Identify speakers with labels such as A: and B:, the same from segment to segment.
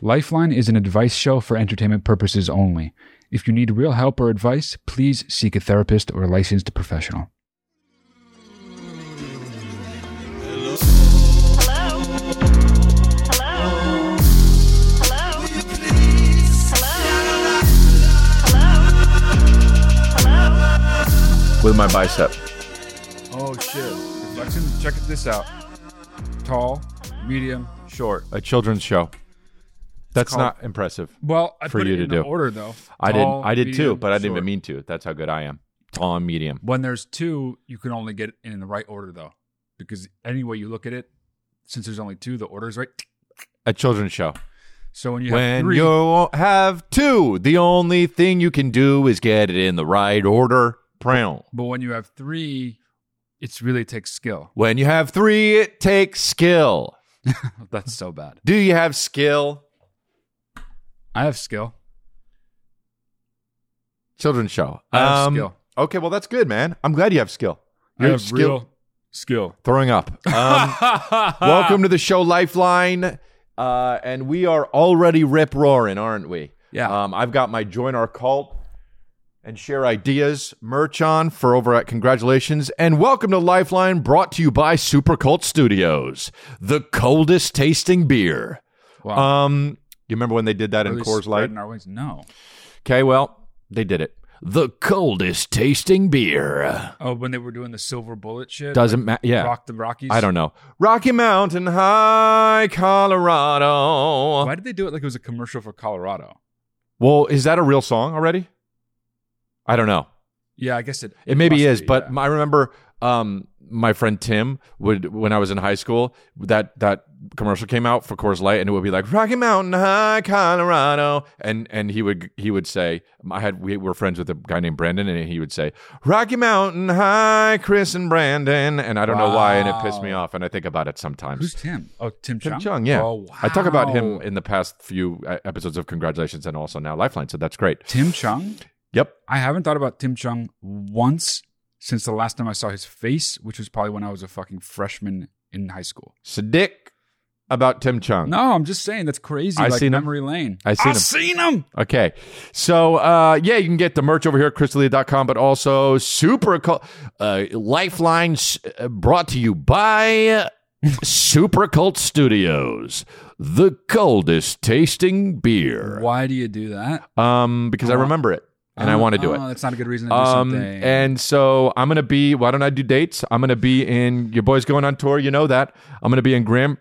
A: Lifeline is an advice show for entertainment purposes only. If you need real help or advice, please seek a therapist or licensed professional.
B: Hello? Hello? Hello? Hello? Hello? Hello?
C: with my bicep.
A: Oh shit. Reflection, check this out. Tall, medium, short.
C: A children's show. That's
A: called-
C: not impressive.
A: Well, I
C: For
A: put
C: you
A: it
C: to
A: in
C: do.
A: the order though.
C: I did
A: Tall,
C: I did too,
A: medium,
C: but I didn't
A: short.
C: even mean to. That's how good I am. Tall and medium.
A: When there's two, you can only get it in the right order though. Because any way you look at it, since there's only two, the order's right.
C: A children's show.
A: So when you have
C: When
A: three,
C: you have two, the only thing you can do is get it in the right order. Prowl.
A: but when you have three, it's really takes skill.
C: When you have three, it takes skill.
A: That's so bad.
C: Do you have skill?
A: I have skill.
C: Children's show. Um,
A: I have skill.
C: Okay, well that's good, man. I'm glad you have skill.
A: I
C: Your
A: have real skill.
C: throwing up. Um, welcome to the show, Lifeline, uh, and we are already rip roaring, aren't we?
A: Yeah.
C: Um, I've got my join our cult and share ideas merch on for over at congratulations and welcome to Lifeline, brought to you by Super Cult Studios, the coldest tasting beer.
A: Wow.
C: Um, you remember when they did that in
A: Really
C: Coors Light?
A: spreading our wings. No.
C: Okay, well they did it. The coldest tasting beer.
A: Oh, when they were doing the silver bullet shit.
C: Doesn't matter. Yeah.
A: Rock the Rockies.
C: I don't know. Rocky Mountain High, Colorado.
A: Why did they do it like it was a commercial for Colorado?
C: Well, is that a real song already? I don't know.
A: Yeah, I guess it.
C: It maybe
A: must
C: is,
A: be,
C: but
A: yeah.
C: I remember um, my friend Tim would when I was in high school that that commercial came out for Coors Light, and it would be like Rocky Mountain High, Colorado, and and he would he would say I had we were friends with a guy named Brandon, and he would say Rocky Mountain High, Chris and Brandon, and I don't know why, and it pissed me
A: Wow.
C: off, and I think about it sometimes.
A: who's Tim? Oh, Tim,
C: Tim
A: Chung?
C: Chung, yeah.
A: Oh, wow.
C: I talk about him in the past few uh, episodes of Congratulations and also now Lifeline, so that's great.
A: Tim Chung.
C: Yep.
A: I haven't thought about Tim Chung once since the last time I saw his face, which was probably when I was a fucking freshman in high school.
C: Sadiq about Tim Chung.
A: No, I'm just saying that's crazy.
C: I
A: like
C: seen him.
A: memory lane.
C: I seen
A: I
C: him.
A: seen him.
C: Okay. So, uh, yeah, you can get the merch over here at crystalia.com, but also Super Cult, uh, Lifelines uh, brought to you by Super Cult Studios, the coldest tasting beer.
A: Why do you do that?
C: Um, because I
A: Uh,
C: remember it and I
A: Uh,
C: want to do
A: oh,
C: it.
A: That's not a good reason to do
C: Um,
A: something.
C: and so I'm going to be, why don't I do dates? I'm going to be in, your boy's going on tour. You know that. I'm going to be in Grand,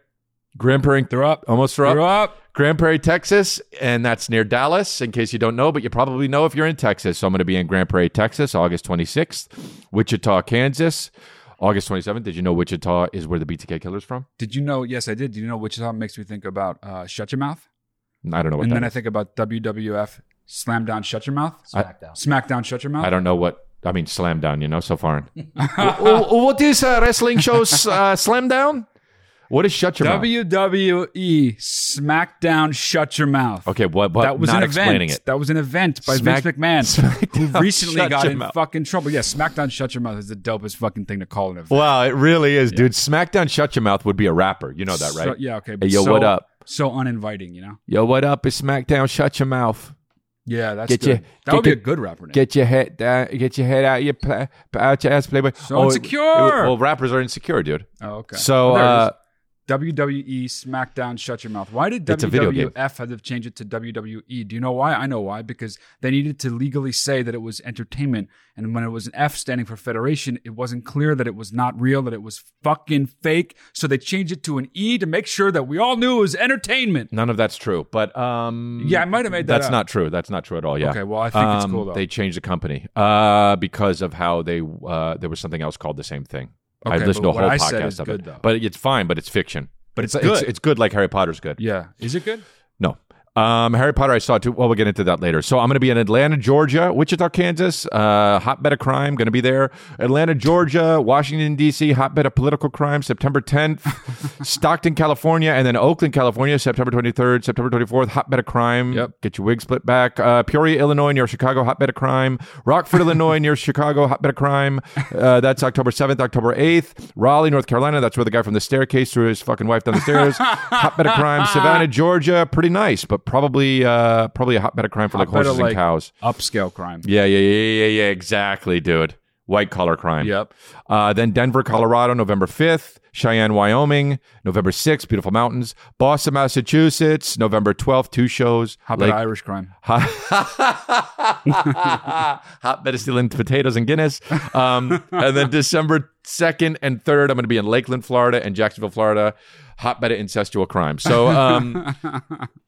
C: Grand Prairie,
A: they're up.
C: almost threw
A: They're
C: up.
A: up.
C: Grand Prairie, Texas, and that's near Dallas, in case you don't know, but you probably know if you're in Texas. So I'm going to be in Grand Prairie, Texas, August 26th, Wichita, Kansas, August 27th. Did you know Wichita is where the BTK killer's from?
A: Did you know? Yes, I did. Did you know Wichita makes me think about uh, Shut Your Mouth?
C: I don't know what
A: and
C: that
A: then I
C: is.
A: think about WWF Slam Down Shut Your Mouth.
D: SmackDown.
A: Smackdown Shut Your Mouth.
C: I don't know what. I mean, slam down, you know, so foreign. W- what is uh, wrestling shows uh, slam down? What is shut your mouth?
A: WWE E, SmackDown Shut Your Mouth.
C: Okay, what? Oh, But
A: that was
C: not
A: an
C: explaining
A: event.
C: it.
A: That was an event by
C: Smack-
A: Vince McMahon, who
C: SmackDown
A: recently
C: Shut
A: got
C: Your
A: in
C: Mouth.
A: fucking trouble. Yeah, SmackDown Shut Your Mouth is the dopest fucking thing to call an event.
C: Wow, it really is, dude. SmackDown Shut Your Mouth would be a rapper. You know that, right?
A: So- yeah. Okay.
C: Hey, yo,
A: so-
C: what up?
A: So uninviting, you know.
C: Yo, what up? It's SmackDown. Shut your mouth.
A: Yeah, that's
C: Get
A: good.
C: your-
A: that
C: get
A: would be a
C: your-
A: good rapper name.
C: Get your head down. Get your head out your pla- out your ass, Playboy. Oh,
A: So
C: it-
A: insecure.
C: it- well, rappers are insecure, dude.
A: oh, okay.
C: So
A: Well, there it is.
C: uh,
A: WWE SmackDown Shut Your Mouth. Why did
C: It's a video game.
A: WWF have to change it to WWE? Do you know why? I know why because they needed to legally say that it was entertainment, and when it was an F standing for Federation, it wasn't clear that it was not real, that it was fucking fake. So they changed it to an E to make sure that we all knew it was entertainment.
C: none of that's true. But um,
A: Yeah, I might have made that
C: That's
A: up.
C: not true. That's not true at all. Yeah. Um,
A: Okay, well, I think it's cool, though.
C: They changed the company uh, because of how they uh, there was something else called the same thing. I
A: Okay,
C: listened to
A: but
C: a
A: what
C: whole
A: I
C: podcast
A: said is
C: of
A: good,
C: it,
A: though.
C: but it's fine. But it's fiction.
A: But it's
C: It's,
A: good.
C: it's good, like Harry Potter's good.
A: Yeah, is it good?
C: No. Um, Harry Potter, I saw too. Well, we'll get into that later. So I'm going to be in Atlanta, Georgia, Wichita, Kansas, uh, hotbed of crime. Going to be there. Atlanta, Georgia, Washington D.C., hotbed of political crime. September 10th, Stockton, California, and then Oakland, California, September 23rd, September 24th, hotbed of crime.
A: Yep.
C: Get your wig split back. Uh, Peoria, Illinois, near Chicago, hotbed of crime. Rockford, Illinois, near Chicago, hotbed of crime. Uh, that's October 7th, October 8th. Raleigh, North Carolina. That's where the guy from the staircase threw his fucking wife down the stairs. hotbed of crime. Savannah, Georgia. Pretty nice, but probably uh, probably a hotbed of crime for like
A: Hotbed of,
C: horses
A: like-
C: and cows.
A: Upscale crime.
C: Yeah, yeah, yeah, yeah, yeah. Exactly, dude. White collar crime.
A: Yep.
C: Uh, then Denver, Colorado, November 5th. Cheyenne, Wyoming, November 6th. Beautiful mountains. Boston, Massachusetts, November 12th. Two shows.
A: How about
C: Lake-
A: Irish crime?
C: Hotbed of stealing potatoes and Guinness. Um, and then December 2nd and 3rd, I'm going to be in Lakeland, Florida and Jacksonville, Florida. Hotbed of incestual crime. So, um,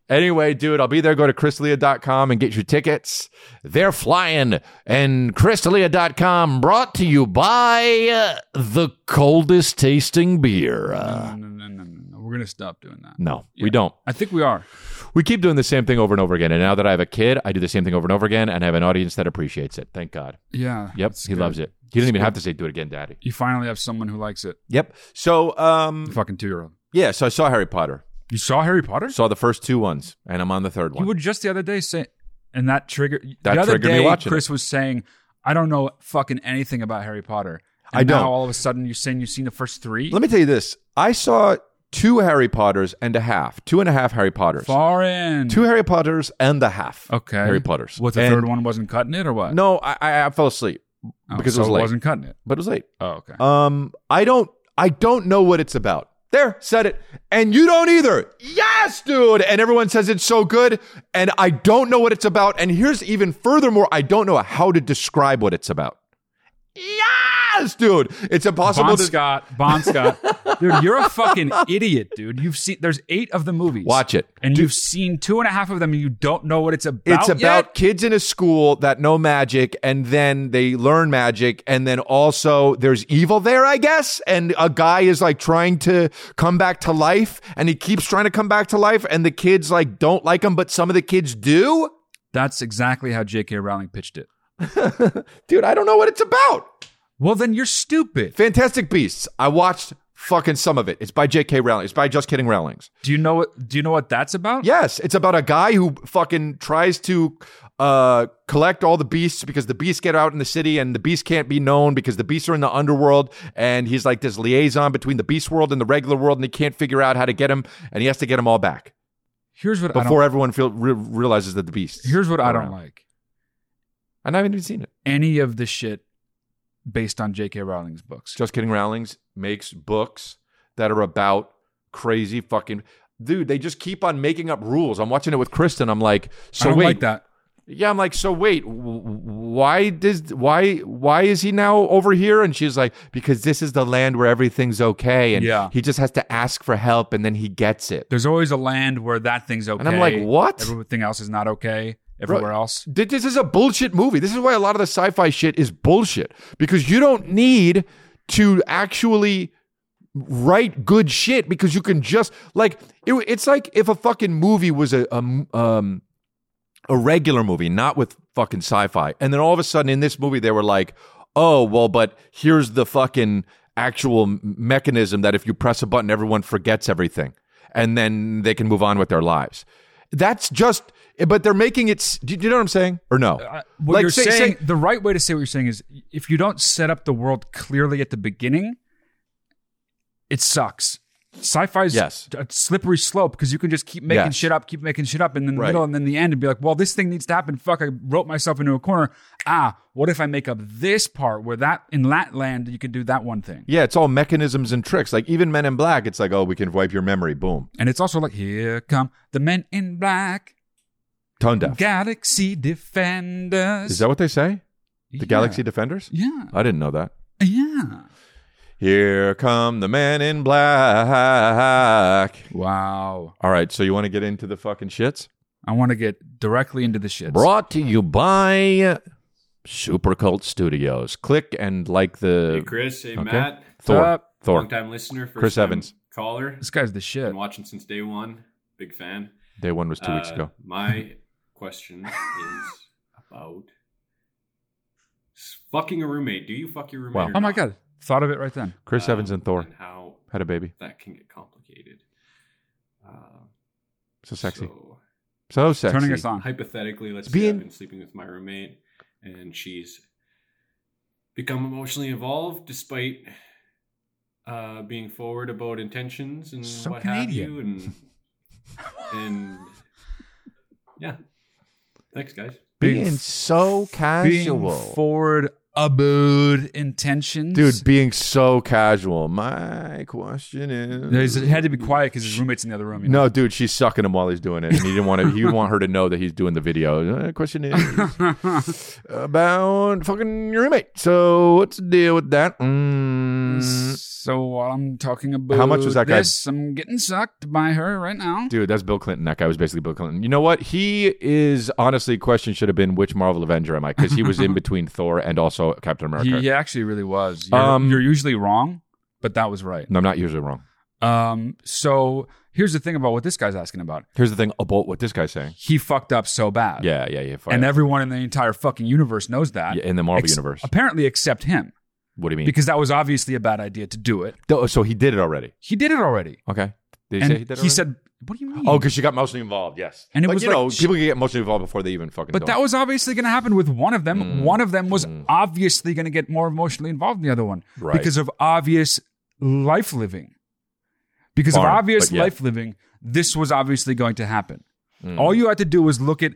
C: anyway, dude, I'll be there. Go to chrisleah.com and get your tickets. They're flying. And chrisleah.com brought to you by uh, the coldest tasting beer. Uh,
A: No, no, no, no, no, no. We're gonna stop doing that.
C: no,
A: Yeah.
C: we don't.
A: I think we are.
C: We keep doing the same thing over and over again. And now that I have a kid, I do the same thing over and over again. And I have an audience that appreciates it. Thank God.
A: Yeah.
C: Yep,
A: that's
C: he
A: good.
C: loves it. He doesn't even have to say "Do it again, Daddy."
A: You finally have someone who likes it.
C: Yep. So, um,
A: Fucking two year old.
C: yeah. So I saw Harry Potter.
A: You saw Harry Potter?
C: Saw the first two ones, and I'm on the third
A: You
C: one.
A: were just the other day saying, and that triggered.
C: That
A: the other
C: triggered me
A: day,
C: watching
A: Chris was saying, "I don't know fucking anything about Harry Potter." And
C: I
A: now
C: don't.
A: All of a sudden, you're saying you've seen the first three.
C: Let me tell you this: I saw two Harry Potters and a half, two and a half Harry Potters,
A: Foreign.
C: two Harry Potters and a half.
A: Okay.
C: Harry Potters.
A: What the
C: And-
A: third one wasn't cutting it, or what?
C: No, I, I I fell asleep
A: Oh,
C: because
A: so
C: it was late.
A: wasn't cutting it.
C: but it was late.
A: Oh, okay.
C: Um, I don't, I don't know what it's about. There, said it, and you don't either. Yes, dude. And everyone says it's so good, and I don't know what it's about. And here's even furthermore, I don't know how to describe what it's about. Yes, dude. It's impossible
A: Bon
C: to
A: Scott, Bon Scott, dude, you're a fucking idiot, dude. You've seen there's eight of the movies.
C: watch it.
A: and you've seen two and a half of them, and you don't know what it's about.
C: It's about
A: yet?
C: kids in a school that know magic and then they learn magic and then also there's evil there, I guess. And a guy is like trying to come back to life and he keeps trying to come back to life and the kids like don't like him, but some of the kids do.
A: That's exactly how J.K. Rowling pitched it.
C: Dude, I don't know what it's about.
A: Well, then you're stupid.
C: Fantastic Beasts. I watched fucking some of it. It's by J.K. Rowling. It's by Just Kidding Rowling's.
A: Do you know what? Do you know what that's about?
C: Yes, it's about a guy who fucking tries to uh, collect all the beasts because the beasts get out in the city and the beasts can't be known because the beasts are in the underworld and he's like this liaison between the beast world and the regular world and he can't figure out how to get them and he has to get them all back
A: Here's what I don't
C: before everyone feel, re- realizes that the beasts.
A: Here's what I
C: are
A: don't
C: around.
A: like.
C: And I haven't even seen it.
A: Any of the shit based on J.K. Rowling's books.
C: Just kidding. Rowling's makes books that are about crazy fucking dude. They just keep on making up rules. I'm watching it with Kristen. I'm like, so
A: I don't
C: wait,
A: like that.
C: Yeah, I'm like, so wait, w- why does why why is he now over here? And she's like, because this is the land where everything's okay, and
A: Yeah.
C: he just has to ask for help, and then he gets it.
A: There's always a land where that thing's okay.
C: I'm like, what?
A: Everything else is not okay. Everywhere else.
C: Th- This is a bullshit movie. This is why a lot of the sci-fi shit is bullshit because you don't need to actually write good shit because you can just like it, it's like if a fucking movie was a, a m- um a regular movie, not with fucking sci-fi, and then all of a sudden in this movie they were like, oh well, but here's the fucking actual m- mechanism that if you press a button, everyone forgets everything, and then they can move on with their lives. That's just. But they're making it. s- Do you do you know what I'm saying? Or no?
A: Uh, what you're
C: say- say-
A: saying, the right way to say what you're saying is if you don't set up the world clearly at the beginning, it sucks. Sci-fi's
C: Yes.
A: a slippery slope because you can just keep making
C: Yes.
A: shit up, keep making shit up, and then the
C: Right.
A: middle and then the end, and be like, "Well, this thing needs to happen." Fuck, I wrote myself into a corner. Ah, what if I make up this part where that in that land you can do that one thing?
C: Yeah, it's all mechanisms and tricks. Like even Men in Black, it's like, oh, we can wipe your memory. Boom,
A: And it's also like, here come the men in black,
C: tone deaf.
A: Galaxy Defenders.
C: Is that what they say? The
A: Yeah.
C: Galaxy Defenders?
A: Yeah,
C: I didn't know that.
A: yeah.
C: Here come the Men in Black.
A: Wow.
C: All right, so you want to get into the fucking shits?
A: I want to get directly into the shits.
C: Brought to you by Super Cult Studios. Click and like
D: Hey
C: the
D: Chris, hey
C: Okay.
D: Matt,
C: Thor.
A: Up.
C: Thor.
D: long time listener, first
C: Chris
D: time
C: Evans.
D: caller.
A: This guy's the shit.
D: Been watching since day one, big fan.
C: Day one was two weeks
D: Uh,
C: ago.
D: My question is about s- fucking a roommate. Do you fuck your roommate?
C: Wow.
D: or
A: Oh my
D: not?
A: god, thought of it right then.
C: Chris
D: Um,
C: Evans and Thor
D: And how
C: had a baby.
D: that can get complicated. Uh,
C: So sexy.
D: So
C: So sexy.
A: Turning us on.
D: hypothetically, let's say
C: Being-
D: I've been sleeping with my roommate and she's become emotionally involved despite uh, being forward about intentions and
A: So
D: what have
A: Canadian.
D: you. And, and yeah. Thanks, guys.
C: Being, so casual.
A: Being forward about intentions,
C: Dude, being so casual. My question is
A: There's- It had to be quiet because his roommate's in the other room. You know?
C: No, dude, she's sucking him while he's doing it, and he didn't want to. He didn't want her to know that he's doing the video. Uh, question is about fucking your roommate. So what's the deal with that? Mm.
A: So while I'm talking about
C: How much was that guy-
A: This, I'm getting sucked by her right now.
C: Dude, that's Bill Clinton. That guy was basically Bill Clinton. You know what? He is honestly. Question should have been which Marvel Avenger am I? Because he was in between Thor and also Captain America.
A: He, he actually really was. You're,
C: Um,
A: you're usually wrong, but that was right.
C: No, I'm not usually wrong.
A: Um, so here's the thing about what this guy's asking about.
C: Here's the thing about what this guy's saying.
A: He fucked up so bad.
C: Yeah, yeah, yeah. fire.
A: And everyone in the entire fucking universe knows that.
C: Yeah, in the Marvel universe.
A: Apparently, except him,
C: what do you mean?
A: because that was obviously a bad idea to do it.
C: Th- oh, so he did it already.
A: He did it already.
C: Okay. Did he
A: and
C: say he did it already?
A: said, What do you mean?
C: Oh, because she got emotionally involved. Yes,
A: And it
C: but
A: was
C: you
A: like
C: know
A: she-
C: people can get emotionally involved before they even fucking. Mm,
A: But that was obviously going to happen with one of them. One of them was obviously going to get more emotionally involved than the other one
C: Right.
A: because of obvious life living. Because
C: Fine,
A: of obvious
C: but yeah. Mm.
A: life living, this was obviously going to happen. All you had to do was look at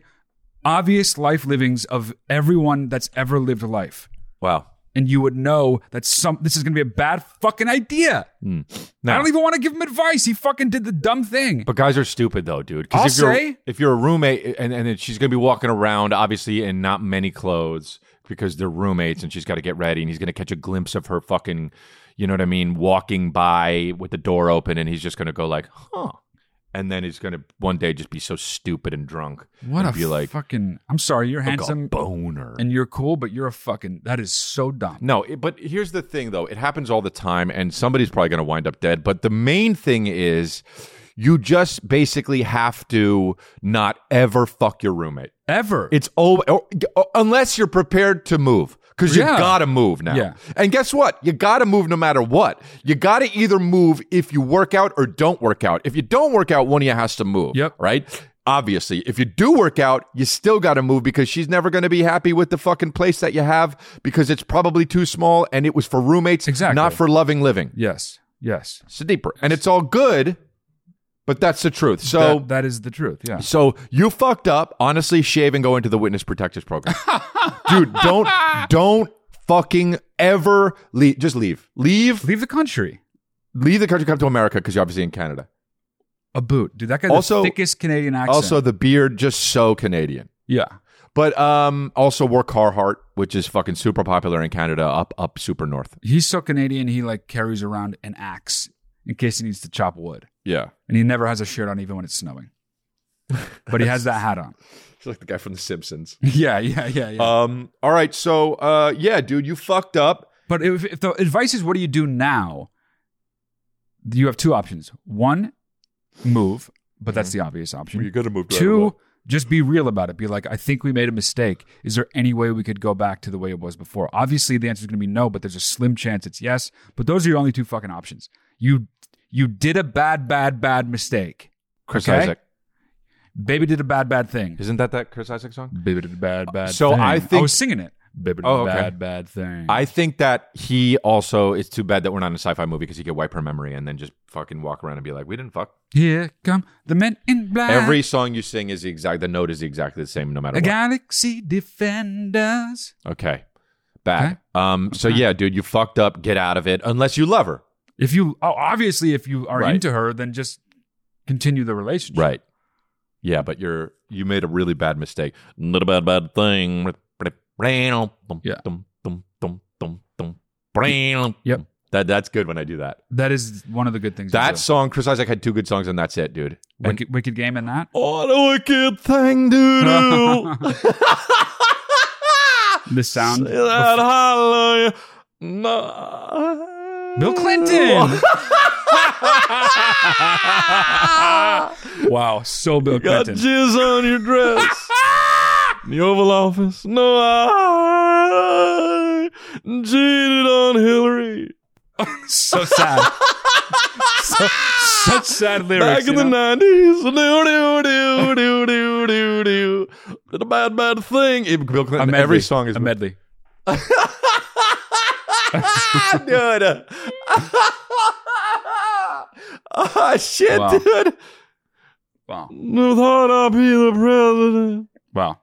A: obvious life livings of everyone that's ever lived a life.
C: wow.
A: And you would know that some this is going to be a bad fucking idea. I
C: Mm. No.
A: don't even want to give him advice. He fucking did the dumb thing.
C: But guys are stupid though, dude. 'Cause
A: I'll
C: if you're
A: say-
C: if you're a roommate and and then she's gonna be walking around obviously in not many clothes because they're roommates and she's got to get ready and he's gonna catch a glimpse of her fucking, you know what I mean, walking by with the door open and he's just gonna go like, huh, and then he's gonna one day just be so stupid and drunk.
A: what
C: and
A: a
C: be like
A: fucking I'm sorry, you're
C: "Look, a
A: handsome
C: boner
A: and you're cool, but you're a fucking that is so dumb.
C: No, it, but here's the thing though. It happens all the time and somebody's probably going to wind up dead, but the main thing is you just basically have to not ever fuck your roommate.
A: ever.
C: It's over unless you're prepared to move cuz you
A: Yeah.
C: got to move now.
A: Yeah.
C: And guess what? You got to move no matter what. You got to either move if you work out or don't work out. If you don't work out, one of you has to move,
A: Yep.
C: right? Obviously, if you do work out, you still got to move because she's never going to be happy with the fucking place that you have because it's probably too small and it was for roommates,
A: Exactly.
C: not for loving living.
A: yes, yes.
C: It's deeper. And it's all good, but that's the truth. So
A: That- that is the truth. Yeah.
C: so you fucked up. Honestly, shave and go into the witness protectors program, dude. Don't don't fucking ever leave. Just leave. Leave.
A: Leave the country.
C: Leave the country. Come to America because you're obviously in Canada.
A: A boot, dude. That guy
C: Also-
A: the thickest Canadian accent.
C: Also, the beard just so Canadian.
A: yeah.
C: But um, also wear Carhartt, which is fucking super popular in Canada, up up super north.
A: He's so Canadian. He like carries around an axe in case he needs to chop wood,
C: Yeah,
A: and he never has a shirt on even when it's snowing. But he has that hat on.
C: he's like the guy from The Simpsons.
A: Yeah, yeah, yeah, yeah.
C: Um, all right, so uh, yeah, dude, you fucked up.
A: but if, if the advice is what do you do now, you have two options. One, move, but that's the obvious option.
C: Mm-hmm. gotta move. to
A: Two, just be real about it. Be like, I think we made a mistake. Is there any way we could go back to the way it was before? Obviously, the answer is going to be no, but there's a slim chance it's yes. But those are your only two fucking options. You you did a bad, bad, bad mistake.
C: Chris
A: okay?
C: Isaac.
A: Baby did a bad, bad thing.
C: Isn't that that Chris Isaac song?
A: Baby did a bad, bad.
C: So
A: thing.
C: I
A: I
C: think-
A: was singing it. Baby did
C: Oh,
A: a
C: okay.
A: bad, bad thing.
C: I think that he also. It's too bad that we're not in a sci-fi movie because he could wipe her memory and then just fucking walk around and be like, "We didn't fuck."
A: Here come the men in black.
C: Every song you sing is the exact. The note is exactly the same, no matter
A: the
C: what.
A: galaxy defenders.
C: Okay, bad.
A: Okay.
C: Um. So yeah, dude, you fucked up. Get out of it unless you love her.
A: If you oh, obviously if you are
C: Right.
A: into her, then just continue the relationship.
C: Right. Yeah, but you're you made a really bad mistake. Not a bad bad thing.
A: Yeah.
C: Yep.
A: Yep.
C: That that's good when I do that.
A: That is one of the good things. to
C: That
A: do.
C: song, Chris Isaac had two good songs, and that's it, dude. And-
A: wicked, wicked game in that.
C: What a wicked thing to do.
A: The sound.
C: Say that hallelujah.
A: Bill Clinton. wow, so Bill
C: Got
A: Clinton.
C: jizz on your dress. In the Oval Office. No, I cheated on Hillary.
A: So sad. so, such sad lyrics.
C: Back in
A: you
C: the
A: know?
C: nineties. Do do do do do do do. Did a bad bad thing. It- Bill
A: A
C: Clinton.
A: medley.
C: Every song is
A: a medley.
C: dude. Ah, shit,
A: Wow.
C: dude.
A: Wow.
C: No thought I'd be the president,
A: Wow.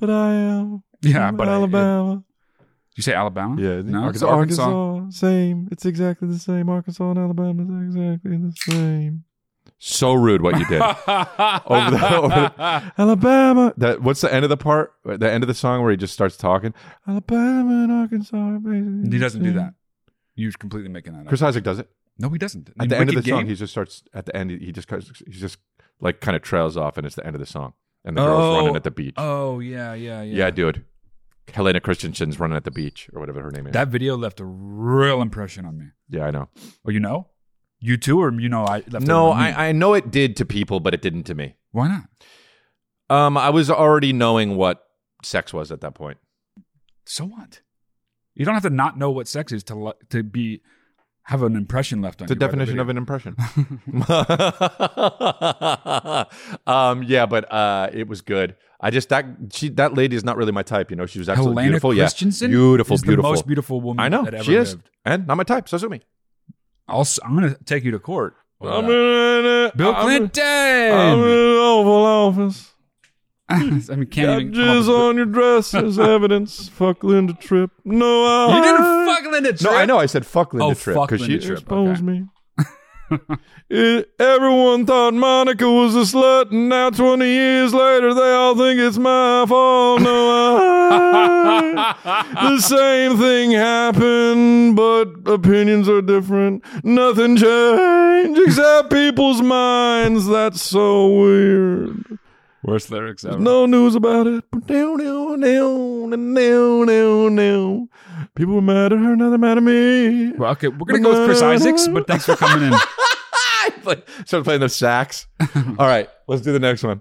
C: but I am.
A: Yeah,
C: from
A: but I-
C: Alabama.
A: Did you say Alabama?
C: yeah,
A: no, it's
C: Arkansas,
A: Arkansas.
C: Arkansas, Same. It's exactly the same. Arkansas and Alabama is exactly the same. So rude what you did. over the, over the- Alabama. That what's the end of the part? The end of the song where he just starts talking. Alabama and Arkansas. are basically
A: He doesn't
C: the
A: do
C: same.
A: that. You're completely making that up.
C: Chris Isaac does it
A: no, he doesn't.
C: at
A: In
C: the end of the
A: Wicked
C: song.
A: Game-
C: He just starts at the end. He just he just like kind of trails off, and it's the end of the song, and the
A: Oh.
C: girl's running at the beach.
A: oh yeah, yeah, yeah.
C: yeah. dude. Helena Christensen's running at the beach or whatever her name is.
A: That video left a real impression on me.
C: yeah, I know.
A: Oh, you know, you too, or you know, I left. it
C: No,
A: on me?
C: I, I know it did to people, but it didn't to me.
A: Why not?
C: Um, I was already knowing what sex was at that point.
A: So what? You don't have to not know what sex is to le- to be have an impression left on
C: the
A: you by
C: definition
A: video.
C: of an impression. um, yeah, but uh, it was good. I just that she that lady is not really my type. You know, she was absolutely
A: Helena
C: beautiful.
A: Christensen
C: yeah, beautiful,
A: is
C: beautiful.
A: the most beautiful woman
C: I know
A: that ever
C: she is,
A: lived.
C: and not my type. So sue me.
A: I'll, s- I'm going to take you to court. over that.
C: in
A: Bill Clinton.
C: Oval Office.
A: I mean, can't even. Come up with-
C: your dress as evidence. Fuck Linda Tripp. No, I.
A: you didn't fuck Linda Tripp.
C: No, I know. I said fuck Linda
A: Oh,
C: Tripp
A: fuck
C: because she
A: Linda Tripp,
C: exposed
A: okay.
C: me. It- everyone thought Monica was a slut, and now 20 years later, they all think it's my fault. No, I. the same thing happened, but opinions are different. Nothing changed except people's minds. That's so weird.
A: Worst lyrics ever.
C: No news about it. Down, down, down, down, down, down. People were mad at her, now they're mad at me.
A: Well, okay, we're gonna go with Chris Isaacs, but thanks for coming in.
C: But start playing the sax. All right, let's do the next one.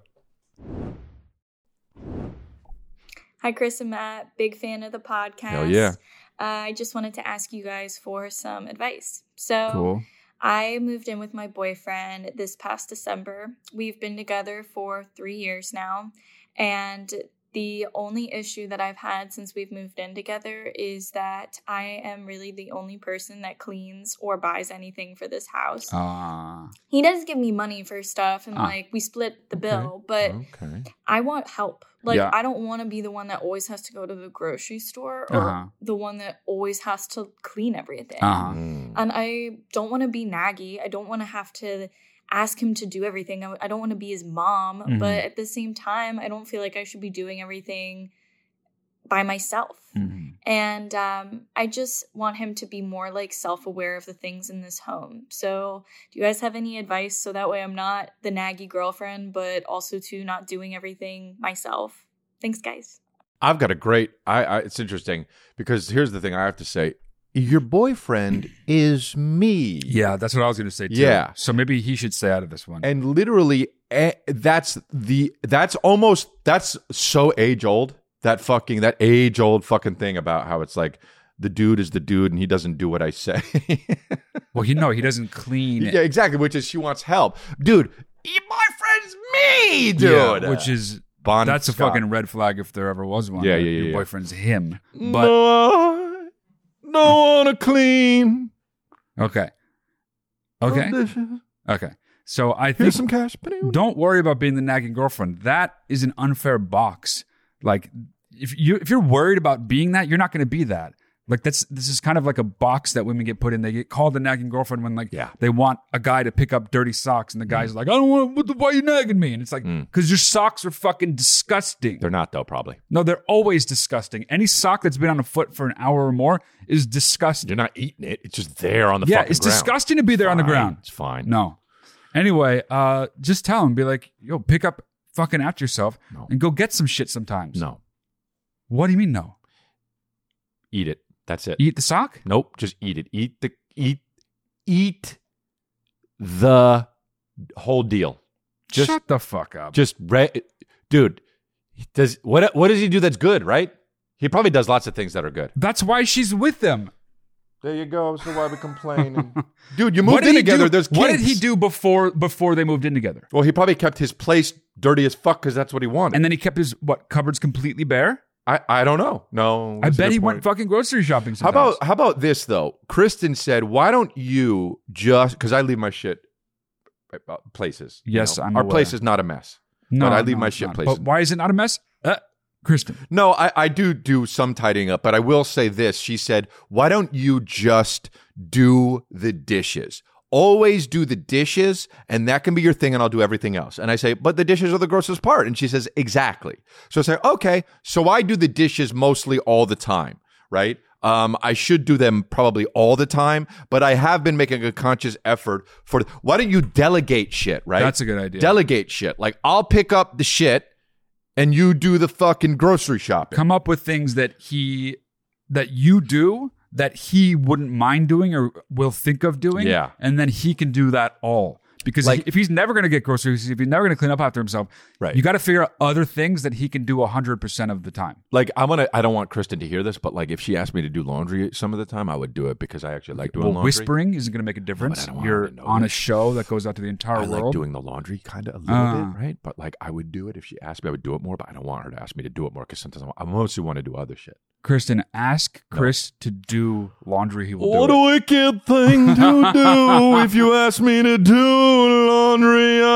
E: Hi, Chris and Matt. Big fan of the podcast.
C: Hell yeah.
E: Uh, I just wanted to ask you guys for some advice. So,
A: Cool.
E: I moved in with my boyfriend this past December. We've been together for three years now. And the only issue that I've had since we've moved in together is that I am really the only person that cleans or buys anything for this house.
A: Ah,
E: he does give me money for stuff and
A: Ah. Oh.
E: like we split the bill, but
C: Okay.
E: I want help. Like
A: Yeah.
E: I don't want to be the one that always has to go to the grocery store or
A: Uh-huh.
E: the one that always has to clean everything.
C: Uh-huh.
A: ah.
E: And I don't want to be naggy. I don't want to have to ask him to do everything. I, I don't want to be his mom,
A: Mhm.
E: but at the same time, I don't feel like I should be doing everything by myself.
A: Mhm.
E: And um, I just want him to be more like self aware of the things in this home. So, do you guys have any advice so that way I'm not the naggy girlfriend, but also to not doing everything myself? Thanks, guys.
C: I've got a great. I, I it's interesting because here's the thing I have to say: your boyfriend is me.
A: Yeah, that's what I was gonna say. Too.
C: Yeah.
A: So maybe he should stay out of this one.
C: and literally eh, that's the that's almost that's so age old that fucking that age old fucking thing about how it's like the dude is the dude and he doesn't do what I say.
A: well, he no, he doesn't clean.
C: yeah, exactly. Which is she wants help, dude. Your boyfriend's me, dude.
A: Yeah, which is
C: Bon
A: that's a
C: Scott.
A: fucking red flag if there ever was one.
C: Yeah,
A: that
C: yeah, yeah,
A: Your
C: yeah.
A: boyfriend's him. But
C: No, I don't wanna clean.
A: okay, okay,
C: the dishes.
A: okay. So I think
C: Here's some cash.
A: don't worry about being the nagging girlfriend. That is an unfair box. Like if you if you're worried about being that, you're not going to be that. Like that's this is kind of like a box that women get put in. They get called the nagging girlfriend when like
C: Yeah. Mm.
A: they want a guy to pick up dirty socks, and the guy's like, I don't want. What the, why you nagging me? And it's like because your socks are fucking disgusting.
C: They're not though, probably.
A: no, they're always disgusting. Any sock that's been on a foot for an hour or more is disgusting.
C: You're not eating it. It's just there on the
A: yeah,
C: fucking
A: it's
C: ground.
A: disgusting to be there on the
C: Fine.
A: ground.
C: It's fine.
A: No. Anyway, uh, just tell him, be like, yo, pick up fucking after yourself
C: No.
A: and go get some shit sometimes.
C: No.
A: What do you mean no?
C: Eat it. That's it.
A: Eat the sock?
C: Nope, just eat it. Eat the eat eat the whole deal. Just
A: Shut the fuck up.
C: just re- dude, does what what does he do that's good, right? He probably does lots of things that are good.
A: That's why she's with them.
C: There you go. So why we complaining? dude, you
A: What
C: moved
A: did
C: in
A: he
C: together.
A: do-
C: There's
A: What did he
C: kinks.
A: do before before they moved in together?
C: Well, he probably kept his place dirty as fuck because that's what he wanted.
A: And then he kept his what cupboards completely bare.
C: I, I don't know. No,
A: I
C: that's a
A: bet
C: good
A: he
C: point.
A: went fucking grocery shopping.
C: How
A: Sometimes.
C: about how about this though? Kristen said, "Why don't you just because I leave my shit uh, places? you
A: Yes,
C: know?
A: I'm
C: our
A: aware.
C: place is not a mess.
A: no?
C: but I leave
A: no,
C: my
A: it's
C: shit
A: not.
C: places.
A: But why is it not a mess? Uh, Kristen,
C: No, I, I do do some tidying up, but I will say this. She said, "Why don't you just do the dishes? Always do the dishes, and that can be your thing, and I'll do everything else." And I say, "But the dishes are the grossest part," and she says, "Exactly." So I say, "Okay, so I do the dishes mostly all the time, right?" Um, I should do them probably all the time, but I have been making a conscious effort for. Why don't you delegate shit, right?
A: That's a good idea.
C: Delegate shit. Like I'll pick up the shit, and you do the fucking grocery shopping.
A: come up with things that he that you do that he wouldn't mind doing or will think of doing.
C: Yeah.
A: and then he can do that all because
C: Like-
A: he- if he's never going to get groceries, if he's never going to clean up after himself,
C: Right.
A: You got to figure out other things that he can do hundred percent of the time.
C: like I'm gonna I don't want Kristen to hear this, but like if she asked me to do laundry some of the time, I would do it because I actually like doing
A: Well,
C: laundry.
A: whispering isn't going to make a difference.
C: don't want
A: You're
C: her to know
A: on
C: that.
A: a show that goes out to the entire
C: I
A: world.
C: like doing the laundry kind of a little
A: Ah.
C: bit, right? But like I would do it if she asked me, I would do it more. But I don't want her to ask me to do it more because sometimes I, want, I mostly want to do other shit.
A: Kristen, ask Chris to do laundry. He will do it.
C: wicked thing to do if you ask me to do laundry? I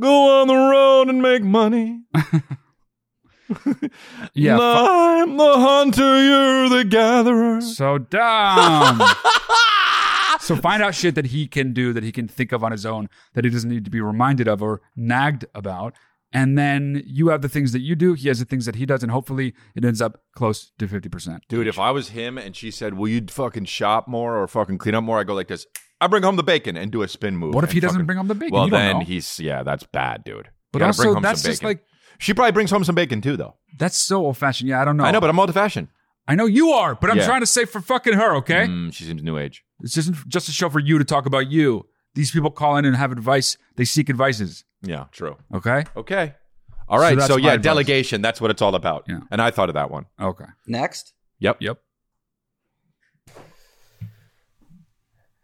C: go on the road and make money.
A: Yeah, fu-
C: I'm the hunter, you're the gatherer.
A: so dumb. Um, so find out shit that he can do that he can think of on his own that he doesn't need to be reminded of or nagged about. And then you have the things that you do. He has the things that he does, and hopefully it ends up close to fifty percent.
C: Dude, if I was him and she said, "Will you fucking shop more or fucking clean up more?" I go like this: I bring home the bacon and do a spin move.
A: What if
C: and
A: he doesn't
C: fucking-
A: bring home the bacon?
C: Well,
A: You don't
C: then
A: know.
C: he's yeah, that's bad, dude. You gotta
A: But
C: bring
A: also,
C: home some
A: that's just
C: bacon.
A: like
C: she probably brings home some bacon too, though.
A: that's so old fashioned. Yeah, I don't know.
C: I know, but I'm old fashioned.
A: I know you are. But I'm
C: Yeah.
A: trying to say for fucking her. Okay.
C: Mm, she seems new age.
A: This isn't just a show for you to talk about you. These people call in and have advice. They seek advices.
C: Yeah, true.
A: Okay.
C: Okay. All right.
A: that's
C: So,
A: my
C: yeah,
A: advice.
C: delegation. That's what it's all about.
A: Yeah.
C: And I thought of that one.
A: Okay.
F: Next.
C: Yep.
A: Yep.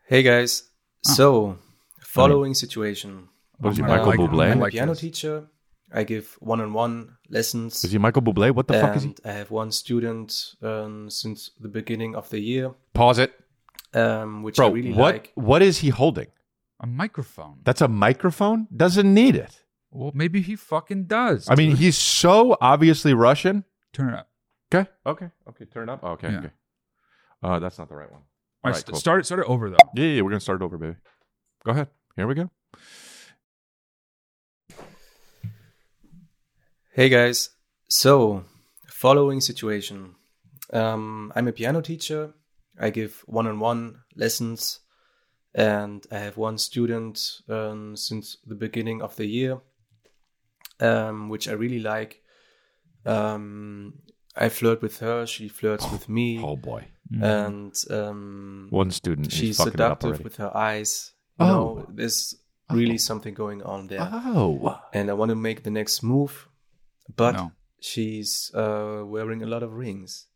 F: Hey guys.
A: Ah.
F: So, following situation.
C: What is he,
A: I
C: Michael
A: like-
C: Bublé?
A: I
F: I'm a
A: like
F: piano
A: this.
F: teacher. I give one-on-one lessons.
C: Is he Michael Bublé? What the
F: and
C: fuck is he?
F: I have one student um, since the beginning of the year,
C: Pause it,
F: um, which
C: bro.
F: I really
C: what
F: like.
C: What is he holding?
A: A microphone.
C: That's a microphone. Doesn't need it.
A: well, maybe he fucking does.
C: I mean, he's so obviously Russian.
A: turn it up.
C: Okay. Okay. Okay. Turn it up. Okay.
A: Yeah.
C: Okay. Uh, that's not the right one.
A: All right,
C: Alright,
A: st-
C: cool.
A: start it. Start it over though.
C: Yeah, yeah, yeah, We're gonna start over, baby. Go ahead. Here we go.
F: Hey guys. So, following situation. Um, I'm a piano teacher. I give one-on-one lessons, and I have one student um, since the beginning of the year, um, which I really like. Um, I flirt with her. She flirts with me,
C: Oh boy.
F: and um,
C: One student.
F: she's
C: She's fucking it up
F: seductive
C: already.
F: with her eyes. You
C: Oh.
F: know, there's really something going on there.
C: Oh.
F: And I want to make the next move, but
A: No.
F: she's uh, wearing a lot of rings,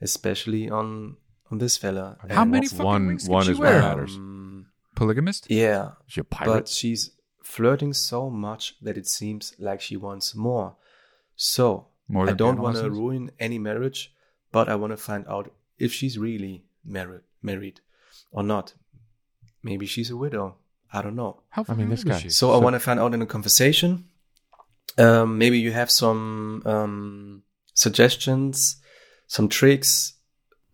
F: especially on on this fella.
A: How
F: And,
A: many fucking
C: One-
A: rings
C: one
A: can she
C: is what
A: wear?
C: matters.
F: um,
A: Polygamist?
F: Yeah,
C: She a pirate.
F: but she's flirting so much that it seems like she wants more. So
A: More
F: I
A: than
F: don't
A: piano
F: want to
A: lessons?
F: ruin any marriage, but I want to find out if she's really married, married, or not. Maybe she's a widow. I don't know.
A: How
C: I mean,
A: fucking
C: this
A: old
C: guy-
A: is she?
F: So, I want to find out in a conversation. Um, maybe you have some um, suggestions, some tricks,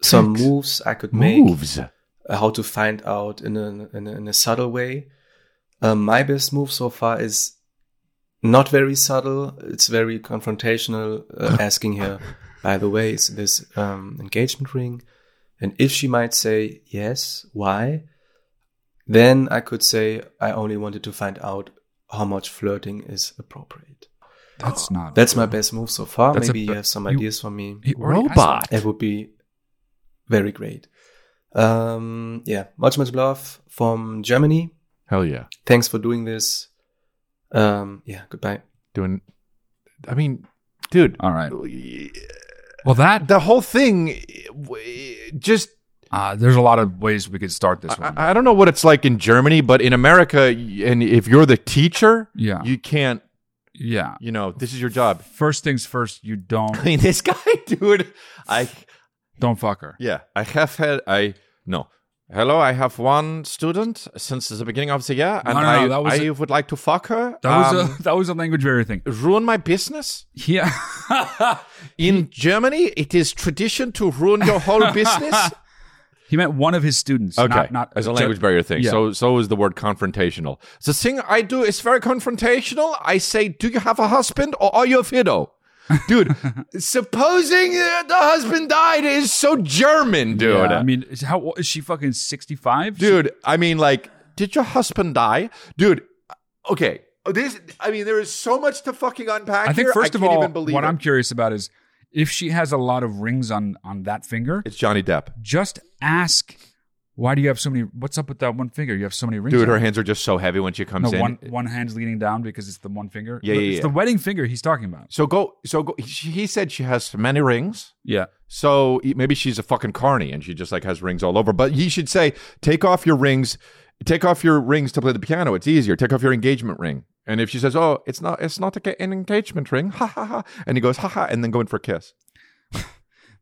F: some
C: Tricks?
F: moves I could make
C: Moves.
F: uh, how to find out in a in a, in a subtle way. Um, my best move so far is not very subtle. It's very confrontational. Uh, asking her, by the way, is this um, engagement ring? And if she might say yes, why? Then I could say I only wanted to find out how much flirting is appropriate.
A: That's not.
F: That's my best move so far.
A: That's a
F: Maybe
A: b-
F: you have some
A: you-
F: ideas for me.
A: He already asked
C: Robot.
F: It would be very great. Um, yeah, much much love from Germany.
C: Hell yeah.
F: Thanks for doing this. Um, yeah, goodbye.
C: Doing, I mean, dude,
A: All right. Well, that
C: the whole thing eh, w- eh, just
A: uh, there's a lot of ways we could start this one.
C: I, I don't know what it's like in Germany, but in America, y- and if you're the teacher,
A: Yeah.
C: you can't.
A: yeah.
C: You know, this is your job.
A: First things first, you don't
C: I mean, this guy, dude. I
A: don't fuck her.
C: yeah, I have had I no. Hello, I have one student since the beginning of the year, and
A: No, no, no,
C: I,
A: that was
C: I
A: a-
C: would like to fuck her.
A: That was
C: um,
A: a that was a language barrier thing.
C: ruin my business.
A: Yeah.
C: Um, In Germany, it is tradition to ruin your whole business.
A: he meant one of his students.
C: Okay,
A: Not, not
C: as a language barrier thing.
A: yeah.
C: So, so is the word confrontational. The thing I do is very confrontational. I say, "Do you have a husband or are you a widow?" Dude, supposing that the husband died is so German, dude.
A: Yeah, I mean, is, how is she fucking 65?
C: dude. I mean, like, did your husband die, dude? Okay, this. I mean, there is so much to fucking unpack.
A: I think
C: here,
A: first of
C: can't
A: all,
C: even believe
A: what
C: it.
A: I'm curious about is if she has a lot of rings on on that finger,
C: it's Johnny Depp,
A: just ask why do you have so many what's up with that one finger? You have so many rings.
C: dude.
A: on
C: Her
A: it."
C: hands are just so heavy when she comes
A: no,
C: in.
A: one one hand's leaning down because it's the one finger.
C: Yeah,
A: Look,
C: yeah,
A: It's
C: yeah.
A: the wedding finger he's talking about.
C: so go, so go. He he said she has many rings.
A: Yeah.
C: So e, maybe she's a fucking carny and she just like has rings all over. But he should say, take off your rings, take off your rings to play the piano. It's easier. Take off your engagement ring. And if she says, oh, it's not, it's not a, an engagement ring, ha ha ha, and he goes ha ha, and then go in for a kiss,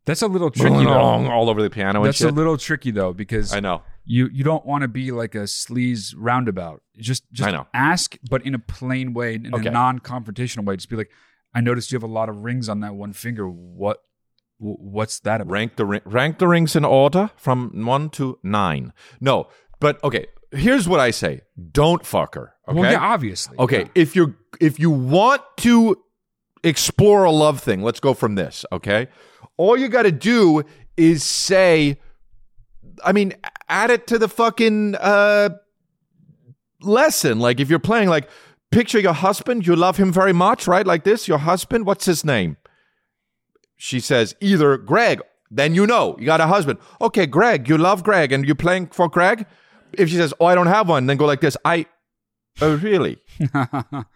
A: That's a little tricky though.
C: all over the piano and
A: That's a
C: shit.
A: little tricky though because
C: I know.
A: you you don't want to be like a sleaze roundabout. Just just
C: I know.
A: ask, but in a plain way, in
C: Okay.
A: a non-confrontational way. Just be like, I noticed you have a lot of rings on that one finger. What wh- what's that about?
C: Rank the ring, rank the rings in order from one to nine. No, but okay. Here's what I say: Don't fuck her. Okay.
A: Well, yeah, obviously.
C: Okay,
A: Yeah.
C: if you if you want to explore a love thing, let's go from this, okay? All you got to do is say I mean, add it to the fucking uh lesson. Like if you're playing like picture your husband, you love him very much, right? Like this, your husband, what's his name? She says either Greg, then you know, you got a husband. Okay, Greg, you love Greg and you're playing for Greg? If she says, "Oh, I don't have one," then go like this. I Oh, really?